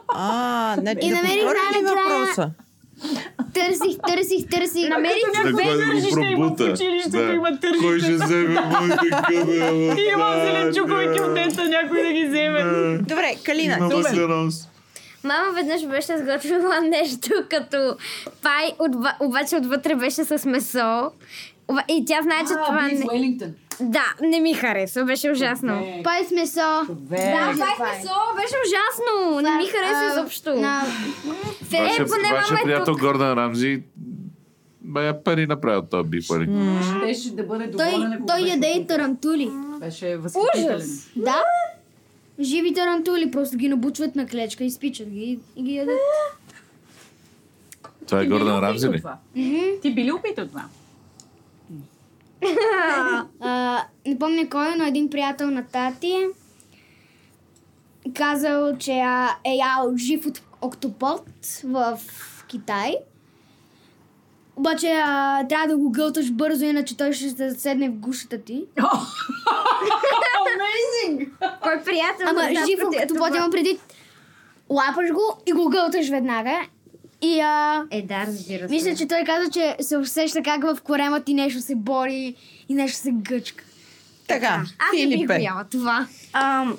[SPEAKER 2] А, значи
[SPEAKER 5] И
[SPEAKER 2] да
[SPEAKER 5] намерих
[SPEAKER 2] повторя ли
[SPEAKER 5] най-накрая-
[SPEAKER 2] въпроса?
[SPEAKER 5] Търсих, търсих, търсих.
[SPEAKER 7] Намерих
[SPEAKER 5] Като
[SPEAKER 7] някой
[SPEAKER 5] някой
[SPEAKER 7] да го
[SPEAKER 5] тържище има в
[SPEAKER 7] пробута.
[SPEAKER 5] училището,
[SPEAKER 7] Да.
[SPEAKER 5] има тържище.
[SPEAKER 7] Кой ще вземе моите
[SPEAKER 1] е
[SPEAKER 11] гъбела?
[SPEAKER 7] Има зеленчукови кюфтета, някой да ги вземе.
[SPEAKER 2] Добре,
[SPEAKER 11] Калина, Имам добре.
[SPEAKER 1] въпрос.
[SPEAKER 14] Мама веднъж беше сготвила нещо като пай, отва- обаче отвътре беше с месо. Оба- И тя знае,
[SPEAKER 5] Значи
[SPEAKER 14] че
[SPEAKER 7] А,
[SPEAKER 14] това
[SPEAKER 7] биф Уелингтон.
[SPEAKER 14] Да, не ми хареса, беше ужасно.
[SPEAKER 7] Човек.
[SPEAKER 5] Пай с месо.
[SPEAKER 14] Да, пай с месо, беше ужасно. Не ми хареса
[SPEAKER 5] а,
[SPEAKER 14] изобщо.
[SPEAKER 5] на-
[SPEAKER 14] Е,
[SPEAKER 1] Вашия,
[SPEAKER 14] поне
[SPEAKER 1] вашия
[SPEAKER 14] мама е
[SPEAKER 1] приятел
[SPEAKER 14] тук.
[SPEAKER 1] Гордан Ramsey бая пари направил този нали? бифари.
[SPEAKER 7] Щеше да бъде
[SPEAKER 5] Той,
[SPEAKER 7] доволен, ако
[SPEAKER 5] той
[SPEAKER 7] беше
[SPEAKER 5] яде и тарантули.
[SPEAKER 7] Беше възхитителен.
[SPEAKER 5] Да. Живи тарантули, просто ги набучват на клечка, изпичат ги и ги ядат.
[SPEAKER 1] Това е Гордан Рамзи ли?
[SPEAKER 7] Ти би ли опитал това?
[SPEAKER 5] а, не помня кой, е, но един приятел на тати е казал, че а, е ял жив от октопод в Китай. Обаче а, трябва да го гълташ бързо, иначе той ще се седне в гушата ти.
[SPEAKER 14] Amazing! Кой приятел
[SPEAKER 5] Ама
[SPEAKER 14] на
[SPEAKER 5] жив
[SPEAKER 14] Запад е
[SPEAKER 5] октопод
[SPEAKER 14] това?
[SPEAKER 5] имам преди. Лапаш го и го гълташ веднага. И а...
[SPEAKER 14] Е, да, разбира се.
[SPEAKER 5] Мисля, че той каза, че се усеща как в корема ти нещо се бори и нещо се гъчка.
[SPEAKER 2] Така,
[SPEAKER 5] Аз не бих
[SPEAKER 4] Филипе.
[SPEAKER 5] го яла това.
[SPEAKER 4] Ам,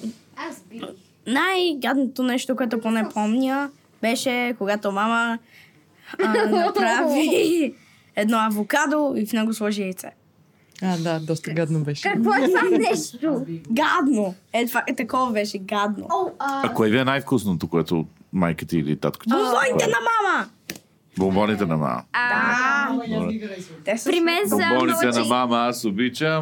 [SPEAKER 5] Аз бих.
[SPEAKER 4] най-гадното нещо, което поне помня, беше когато мама а, направи едно авокадо и в него сложи яйце.
[SPEAKER 2] А, да, доста гадно беше.
[SPEAKER 14] е
[SPEAKER 5] нещо?
[SPEAKER 4] Гадно! Е, това, е, такова беше гадно.
[SPEAKER 5] О,
[SPEAKER 1] А кое ви е най-вкусното, което майка ти или татко ти?
[SPEAKER 4] Бомбоните на мама!
[SPEAKER 1] Бомбоните на мама.
[SPEAKER 14] А,
[SPEAKER 4] Те
[SPEAKER 14] При мен са
[SPEAKER 1] Бомбоните на
[SPEAKER 14] научих-
[SPEAKER 1] мама, аз обичам.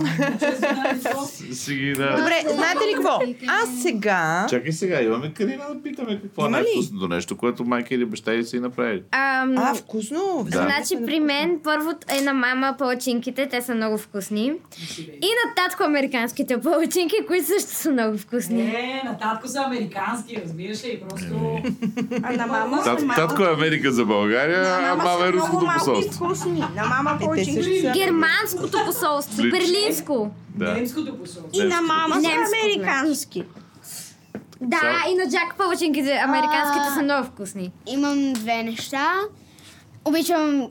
[SPEAKER 1] си ги да...
[SPEAKER 2] Добре, знаете ли какво? Аз сега...
[SPEAKER 1] Чакай сега, имаме Карина да питаме какво е
[SPEAKER 2] Има ли?
[SPEAKER 1] най-вкусното нещо, което майка или баща ти са и направили.
[SPEAKER 14] Ам,
[SPEAKER 2] А, вкусно!
[SPEAKER 1] Да.
[SPEAKER 14] Значи при мен първо е на мама палачинките, те са много вкусни. И на татко американските палачинки, които също са много вкусни.
[SPEAKER 15] Не, на татко са американски, разбираш ли, просто...
[SPEAKER 1] Ами,
[SPEAKER 4] А на мама
[SPEAKER 1] Тат, татко е Америка за България, а мама е руското посолство.
[SPEAKER 4] вкусни. На мама
[SPEAKER 14] Е, Германското посолство,
[SPEAKER 1] Лично.
[SPEAKER 14] берлинско.
[SPEAKER 1] Да.
[SPEAKER 4] И на мама са
[SPEAKER 14] Немското.
[SPEAKER 4] американски.
[SPEAKER 14] Да, и на Джак палачинките, американските
[SPEAKER 5] А.
[SPEAKER 14] са много вкусни.
[SPEAKER 5] Имам две неща. Обичам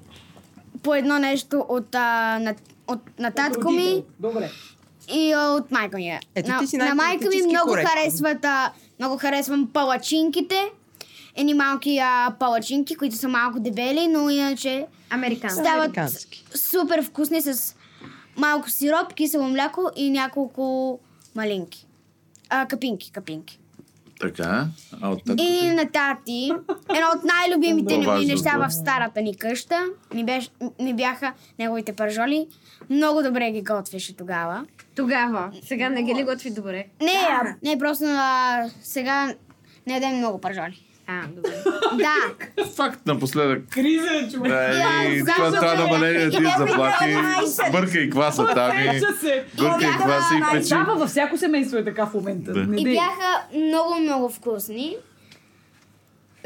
[SPEAKER 5] по едно нещо от, а, на, от, на татко ми
[SPEAKER 15] Добре.
[SPEAKER 5] и а, от майка ми.
[SPEAKER 15] Ето,
[SPEAKER 5] на,
[SPEAKER 15] Е, ти си
[SPEAKER 5] на майка ми
[SPEAKER 15] най-политически
[SPEAKER 5] много
[SPEAKER 15] коректна.
[SPEAKER 5] харесват, а, много харесвам палачинките. Едни малки а, палачинки, които са малко дебели, но иначе
[SPEAKER 14] Американски.
[SPEAKER 5] стават
[SPEAKER 14] Американски.
[SPEAKER 5] супер вкусни с малко сироп, кисело мляко и няколко малинки. А, капинки, капинки.
[SPEAKER 1] Така, а от татко
[SPEAKER 5] И на тати. Едно от най-любимите
[SPEAKER 1] Много
[SPEAKER 5] ми
[SPEAKER 1] важно,
[SPEAKER 5] неща
[SPEAKER 1] да.
[SPEAKER 5] в старата ни къща ми, беше, ми бяха неговите пържоли. Много добре ги готвеше тогава.
[SPEAKER 14] Тогава. Сега не ги ли готви добре?
[SPEAKER 5] Не, а, не просто а, сега не ядем много пържоли.
[SPEAKER 14] А, добре.
[SPEAKER 5] Да.
[SPEAKER 1] Е, Факт напоследък.
[SPEAKER 15] Криза е човек.
[SPEAKER 1] Да, и е
[SPEAKER 5] Я,
[SPEAKER 1] това
[SPEAKER 5] за
[SPEAKER 1] това
[SPEAKER 5] жаление.
[SPEAKER 1] намаление ти
[SPEAKER 5] Я
[SPEAKER 1] заплати.
[SPEAKER 15] бях
[SPEAKER 1] Бъркай кваса
[SPEAKER 7] Е,
[SPEAKER 1] тами.
[SPEAKER 15] Усеща се.
[SPEAKER 1] Бъркай кваса и печи.
[SPEAKER 15] Става във всяко семейство е така в момента.
[SPEAKER 1] Да.
[SPEAKER 15] Не
[SPEAKER 5] И
[SPEAKER 15] дей.
[SPEAKER 5] бяха много-много вкусни.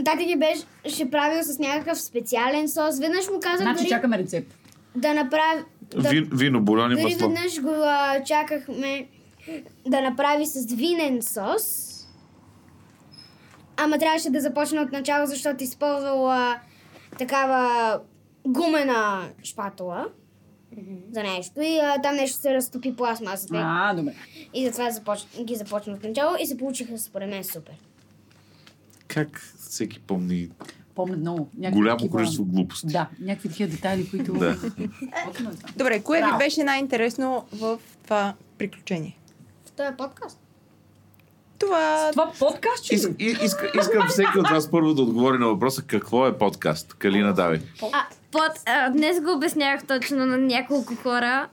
[SPEAKER 5] Тати ги беше правил с някакъв специален сос. Веднъж му казах
[SPEAKER 7] Значи
[SPEAKER 5] дори
[SPEAKER 7] чакаме рецепт.
[SPEAKER 5] да направи... Да...
[SPEAKER 1] Вин, вино, бульон и
[SPEAKER 5] Дори
[SPEAKER 1] масло.
[SPEAKER 5] веднъж го а, чакахме да направи с винен сос. Ама трябваше да започне от начало, защото използвала такава гумена шпатула. за нещо. И а, там нещо се разтопи пластмасата.
[SPEAKER 7] А, добре.
[SPEAKER 5] И затова започ... ги започна от начало и се получиха според мен супер.
[SPEAKER 1] Как всеки помни
[SPEAKER 7] Помня много. Някакви
[SPEAKER 1] голямо
[SPEAKER 7] такива-
[SPEAKER 1] количество глупости?
[SPEAKER 7] Да, някакви такива детайли, които...
[SPEAKER 1] Да.
[SPEAKER 2] Добре, кое
[SPEAKER 5] Браво.
[SPEAKER 2] ви беше най-интересно в това приключение?
[SPEAKER 5] В този подкаст.
[SPEAKER 2] Това...
[SPEAKER 7] Това подкаст,
[SPEAKER 2] че
[SPEAKER 1] И, иска, искам всеки от вас първо да отговори на въпроса какво е подкаст. Калина, давай.
[SPEAKER 3] А, под, а, днес го обяснявах точно на няколко хора.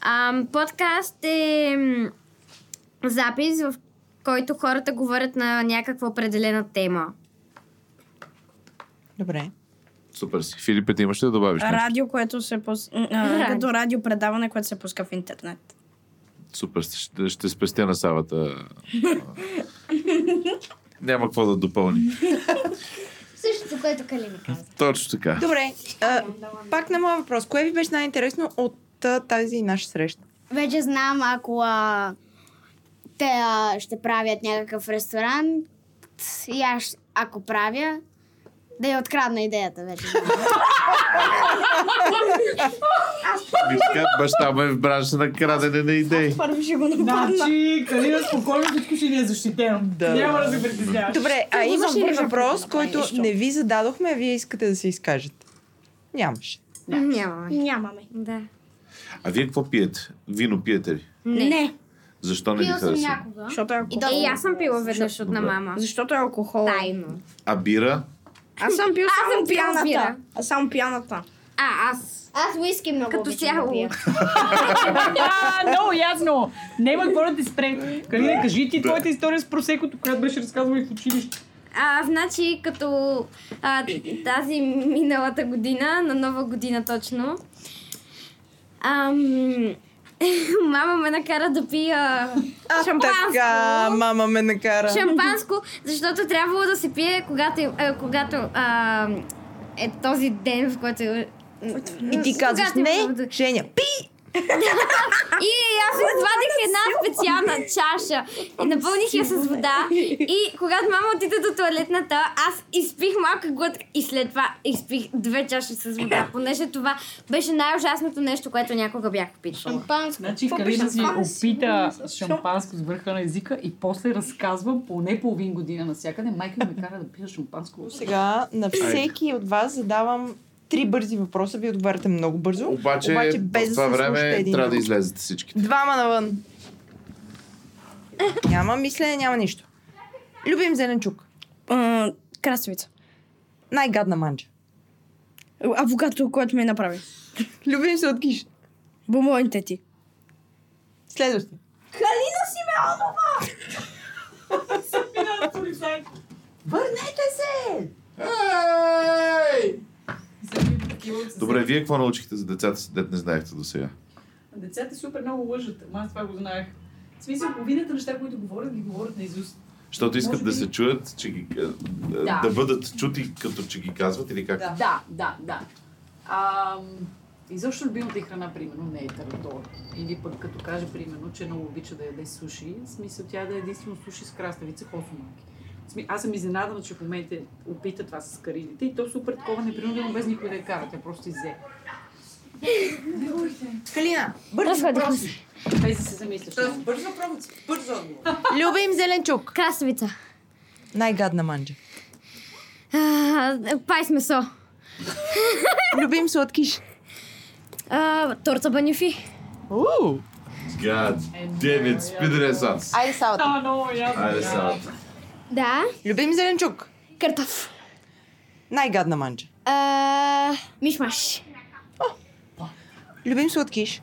[SPEAKER 3] А, подкаст е м, запис, в който хората говорят на някаква определена тема.
[SPEAKER 2] Добре.
[SPEAKER 1] Супер си. Филипе, ти имаш ли да добавиш нещо?
[SPEAKER 4] Радио, което се пус... а, като радио предаване, което се пуска в интернет.
[SPEAKER 1] Супер си. Ще, ще спестя на Савата. Няма какво да допълни.
[SPEAKER 5] Същото, което Калина каза.
[SPEAKER 1] Точно така.
[SPEAKER 2] Добре, а, пак на моя въпрос. Кое ви беше най-интересно от а, тази наша среща?
[SPEAKER 5] Вече знам, ако а, те а, ще правят някакъв ресторант и аз, ако правя, да я открадна идеята вече.
[SPEAKER 1] Вика, баща ме в бранша на крадене на идеи.
[SPEAKER 4] Първо ще го
[SPEAKER 18] нападна. Значи, Калина, спокойно всичко ще ни е защитено. Да. Няма да се притесняваш.
[SPEAKER 2] Добре, а
[SPEAKER 18] Ти го
[SPEAKER 2] имаш ли
[SPEAKER 18] забърза,
[SPEAKER 2] въпрос,
[SPEAKER 18] ако
[SPEAKER 2] който
[SPEAKER 18] направиш
[SPEAKER 2] не ви зададохме, а вие искате да се изкажете? Нямаше.
[SPEAKER 3] Нямаме.
[SPEAKER 4] Нямаме.
[SPEAKER 3] Да.
[SPEAKER 1] А вие какво пиете? Вино пиете ли?
[SPEAKER 3] Не.
[SPEAKER 4] не.
[SPEAKER 1] Защо не ви харесва?
[SPEAKER 4] Защото е
[SPEAKER 3] И
[SPEAKER 4] алкохол.
[SPEAKER 3] да, и аз съм пила веднъж от на
[SPEAKER 1] Добре.
[SPEAKER 3] мама.
[SPEAKER 4] Защото е алкохол.
[SPEAKER 3] Тайно.
[SPEAKER 1] А бира?
[SPEAKER 4] Аз съм пил
[SPEAKER 3] Аз съм
[SPEAKER 4] само
[SPEAKER 3] пила бира.
[SPEAKER 4] пияната. Аз съм пияната.
[SPEAKER 3] А, аз.
[SPEAKER 5] Аз уиски много
[SPEAKER 3] Като
[SPEAKER 5] обичам да
[SPEAKER 3] цяло.
[SPEAKER 5] пия.
[SPEAKER 7] Да, много ясно. Няма какво да ти спре. Калина, кажи ти твоята история с просекото, която беше разказвала и в училище.
[SPEAKER 3] А, значи, като а, тази миналата година, на нова година точно, ам, мама ме накара да пия
[SPEAKER 2] Така,
[SPEAKER 3] шампанско.
[SPEAKER 2] мама ме накара.
[SPEAKER 3] Шампанско, защото трябвало да се пие, когато, е, е, когато а, е този ден, в който... е-
[SPEAKER 2] И ти казваш,
[SPEAKER 3] когато е
[SPEAKER 2] не, Женя, пи!
[SPEAKER 3] и аз извадих една специална чаша и напълних я с вода. И когато мама отиде до туалетната, аз изпих малка глътка и след това изпих две чаши с вода, понеже това беше най-ужасното нещо, което някога бях пила.
[SPEAKER 5] Шампанско.
[SPEAKER 7] Значи Калина си опита шампанско с върха на езика и после разказва поне половин година навсякъде. Майка ми ме кара да пия шампанско.
[SPEAKER 2] Сега на всеки от вас задавам три бързи въпроса, вие отговаряте много бързо.
[SPEAKER 1] Обаче,
[SPEAKER 2] обаче без
[SPEAKER 1] в това
[SPEAKER 2] да се слушате
[SPEAKER 1] време
[SPEAKER 2] един
[SPEAKER 1] трябва да
[SPEAKER 2] друг.
[SPEAKER 1] излезете всички.
[SPEAKER 2] Двама навън. няма мислене, няма нищо. Любим зеленчук.
[SPEAKER 4] Краставица.
[SPEAKER 2] Най-гадна манджа.
[SPEAKER 4] Авокадо, което ми направи.
[SPEAKER 2] Любим се откиш.
[SPEAKER 4] Бомбоните ти.
[SPEAKER 2] Следващо.
[SPEAKER 6] Калина Симеонова! Върнете се! Ей!
[SPEAKER 1] Добре, вие какво научихте за децата си, дет не знаехте до сега?
[SPEAKER 7] Децата супер много лъжат. Ама аз това го знаех. В смисъл, половината неща, които говорят, ги говорят на изуст.
[SPEAKER 1] Защото искат да се чуят, че ги, да.
[SPEAKER 7] Да.
[SPEAKER 1] да бъдат чути, като че ги казват или как?
[SPEAKER 7] Да, да, да. да. Ам, изобщо любимата и храна, примерно, не е таратор. Или пък като каже, примерно, че е много обича да яде суши, в смисъл тя да е единствено суши с краставица, хосомаки. В сми- Аз съм изненадана, че в момента опита това с карилите и то супер такова непринудено, без никой да я кара, тя просто изе.
[SPEAKER 2] Калина, бързо въпрос.
[SPEAKER 7] Без да се замисляш.
[SPEAKER 2] Бързо въпрос, бързо Любим зеленчук.
[SPEAKER 3] Красавица.
[SPEAKER 2] Най-гадна манджа.
[SPEAKER 3] А, пай с месо.
[SPEAKER 2] Любим сладкиш.
[SPEAKER 3] А, торта банифи.
[SPEAKER 1] God damn it, speed renaissance.
[SPEAKER 2] Айде салата.
[SPEAKER 7] А, много ясно.
[SPEAKER 1] Айде салата.
[SPEAKER 3] Да.
[SPEAKER 2] Любим зеленчук.
[SPEAKER 3] Картоф.
[SPEAKER 2] Най-гадна манджа.
[SPEAKER 3] А, мишмаш.
[SPEAKER 2] Любим сладкиш.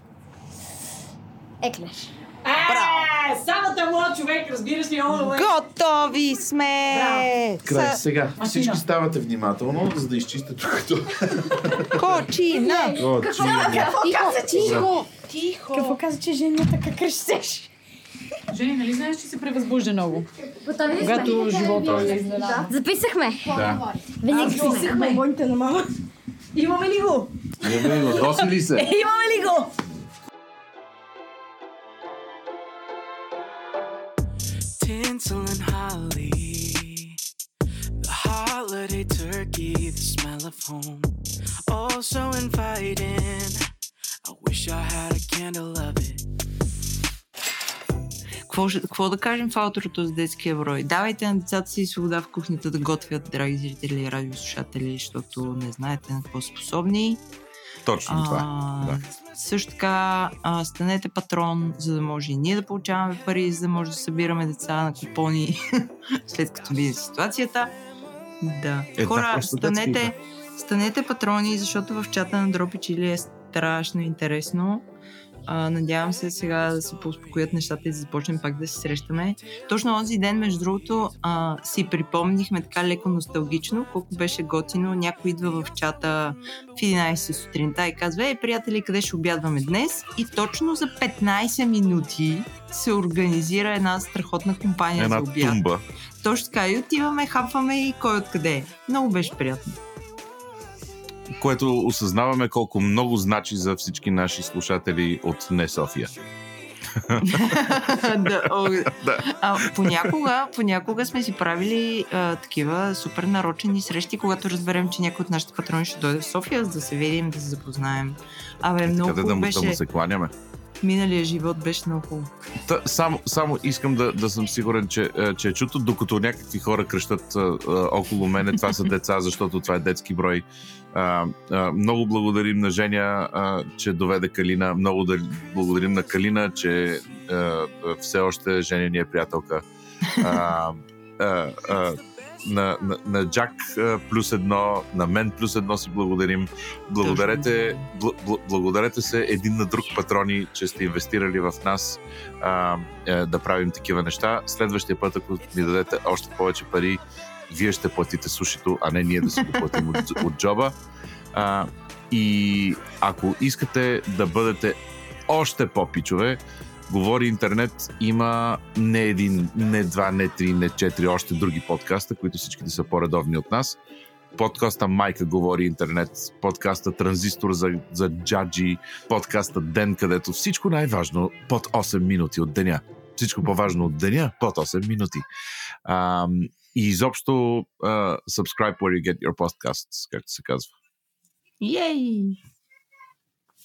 [SPEAKER 3] Еклеш.
[SPEAKER 7] Е, самата млад човек, разбираш ли, е all the way.
[SPEAKER 2] Готови сме!
[SPEAKER 1] Край,
[SPEAKER 2] Са-
[SPEAKER 1] сега. Всички ставате внимателно, за да изчистят тук.
[SPEAKER 2] Кочина!
[SPEAKER 1] Кочина. Какво
[SPEAKER 4] каза ти?
[SPEAKER 7] Тихо,
[SPEAKER 4] Тихо! Какво каза, че женята как крещеш?
[SPEAKER 7] Жени, нали знаеш, че се превъзбужда много?
[SPEAKER 3] Готови ли сме?
[SPEAKER 7] Когато живота е изненада.
[SPEAKER 3] Записахме.
[SPEAKER 1] Да.
[SPEAKER 3] Винаги
[SPEAKER 4] Аз
[SPEAKER 3] сме.
[SPEAKER 4] писахме бомбоните на мама.
[SPEAKER 19] Имаме ли го?
[SPEAKER 1] Досили се.
[SPEAKER 19] Имаме ли го?
[SPEAKER 6] tinsel and holly. The holiday turkey, the smell of home. Also inviting. I wish I had a candle of it.
[SPEAKER 2] Какво, ще- какво да кажем в аутрото за детския брой? Давайте на децата си свобода в кухнята да готвят, драги зрители и радиослушатели, защото не знаете на какво са способни.
[SPEAKER 1] Точно това. Да.
[SPEAKER 2] Също така, а, станете патрон, за да може и ние да получаваме пари, за да може да събираме деца на купони, след като видим ситуацията. Да.
[SPEAKER 20] Е, да,
[SPEAKER 2] Хора,
[SPEAKER 20] просто детски
[SPEAKER 2] станете, станете патрони, защото в чата на Дропичили е страшно интересно. А, надявам се сега да се поуспокоят нещата и да започнем пак да се срещаме. Точно онзи ден, между другото, а, си припомнихме така леко носталгично, колко беше готино. Някой идва в чата в 11 сутринта и казва, е, приятели, къде ще обядваме днес? И точно за 15 минути се организира една страхотна компания
[SPEAKER 1] Една
[SPEAKER 2] за обяд.
[SPEAKER 1] тумба.
[SPEAKER 2] Точно така, и отиваме, хапваме и кой откъде е. Много беше приятно.
[SPEAKER 1] което осъзнаваме колко много значи за всички наши слушатели от не София.
[SPEAKER 2] да, о,
[SPEAKER 1] да.
[SPEAKER 2] А, понякога, понякога сме си правили а, такива супер нарочени срещи, когато разберем, че някой от нашите патрони ще дойде в София, за да се видим, да се запознаем. Абе, много
[SPEAKER 1] Къде Е, да,
[SPEAKER 2] хубаво
[SPEAKER 1] му- да му
[SPEAKER 2] беше.
[SPEAKER 1] се кланяме.
[SPEAKER 2] Миналия живот беше много хубаво.
[SPEAKER 1] Та, само, само искам да, да съм сигурен, че, е, че е чуто, докато някакви хора крещат а, а, около мене, това са деца, защото това е детски брой. А, а, много благодарим на Женя, а, че доведе Калина. Много да, благодарим на Калина, че а, а, все още Женя ни е приятелка. А, а, а, на, на, на Джак а, плюс едно, на мен плюс едно си благодарим. Благодарете, бл, бл, благодарете се един на друг патрони, че сте инвестирали в нас а, е, да правим такива неща. Следващия път, ако ми дадете още повече пари, вие ще платите сушито, а не ние да си го платим от, от джоба. А, и ако искате да бъдете още по-пичове, Говори интернет има не един, не два, не три, не четири, още други подкаста, които всичките са по-редовни от нас. Подкаста Майка говори интернет, подкаста Транзистор за, за джаджи, подкаста Ден, където всичко най-важно под 8 минути от деня. Всичко по-важно от деня под 8 минути. А, и изобщо а, subscribe where you get your podcasts, както се казва.
[SPEAKER 2] Йей!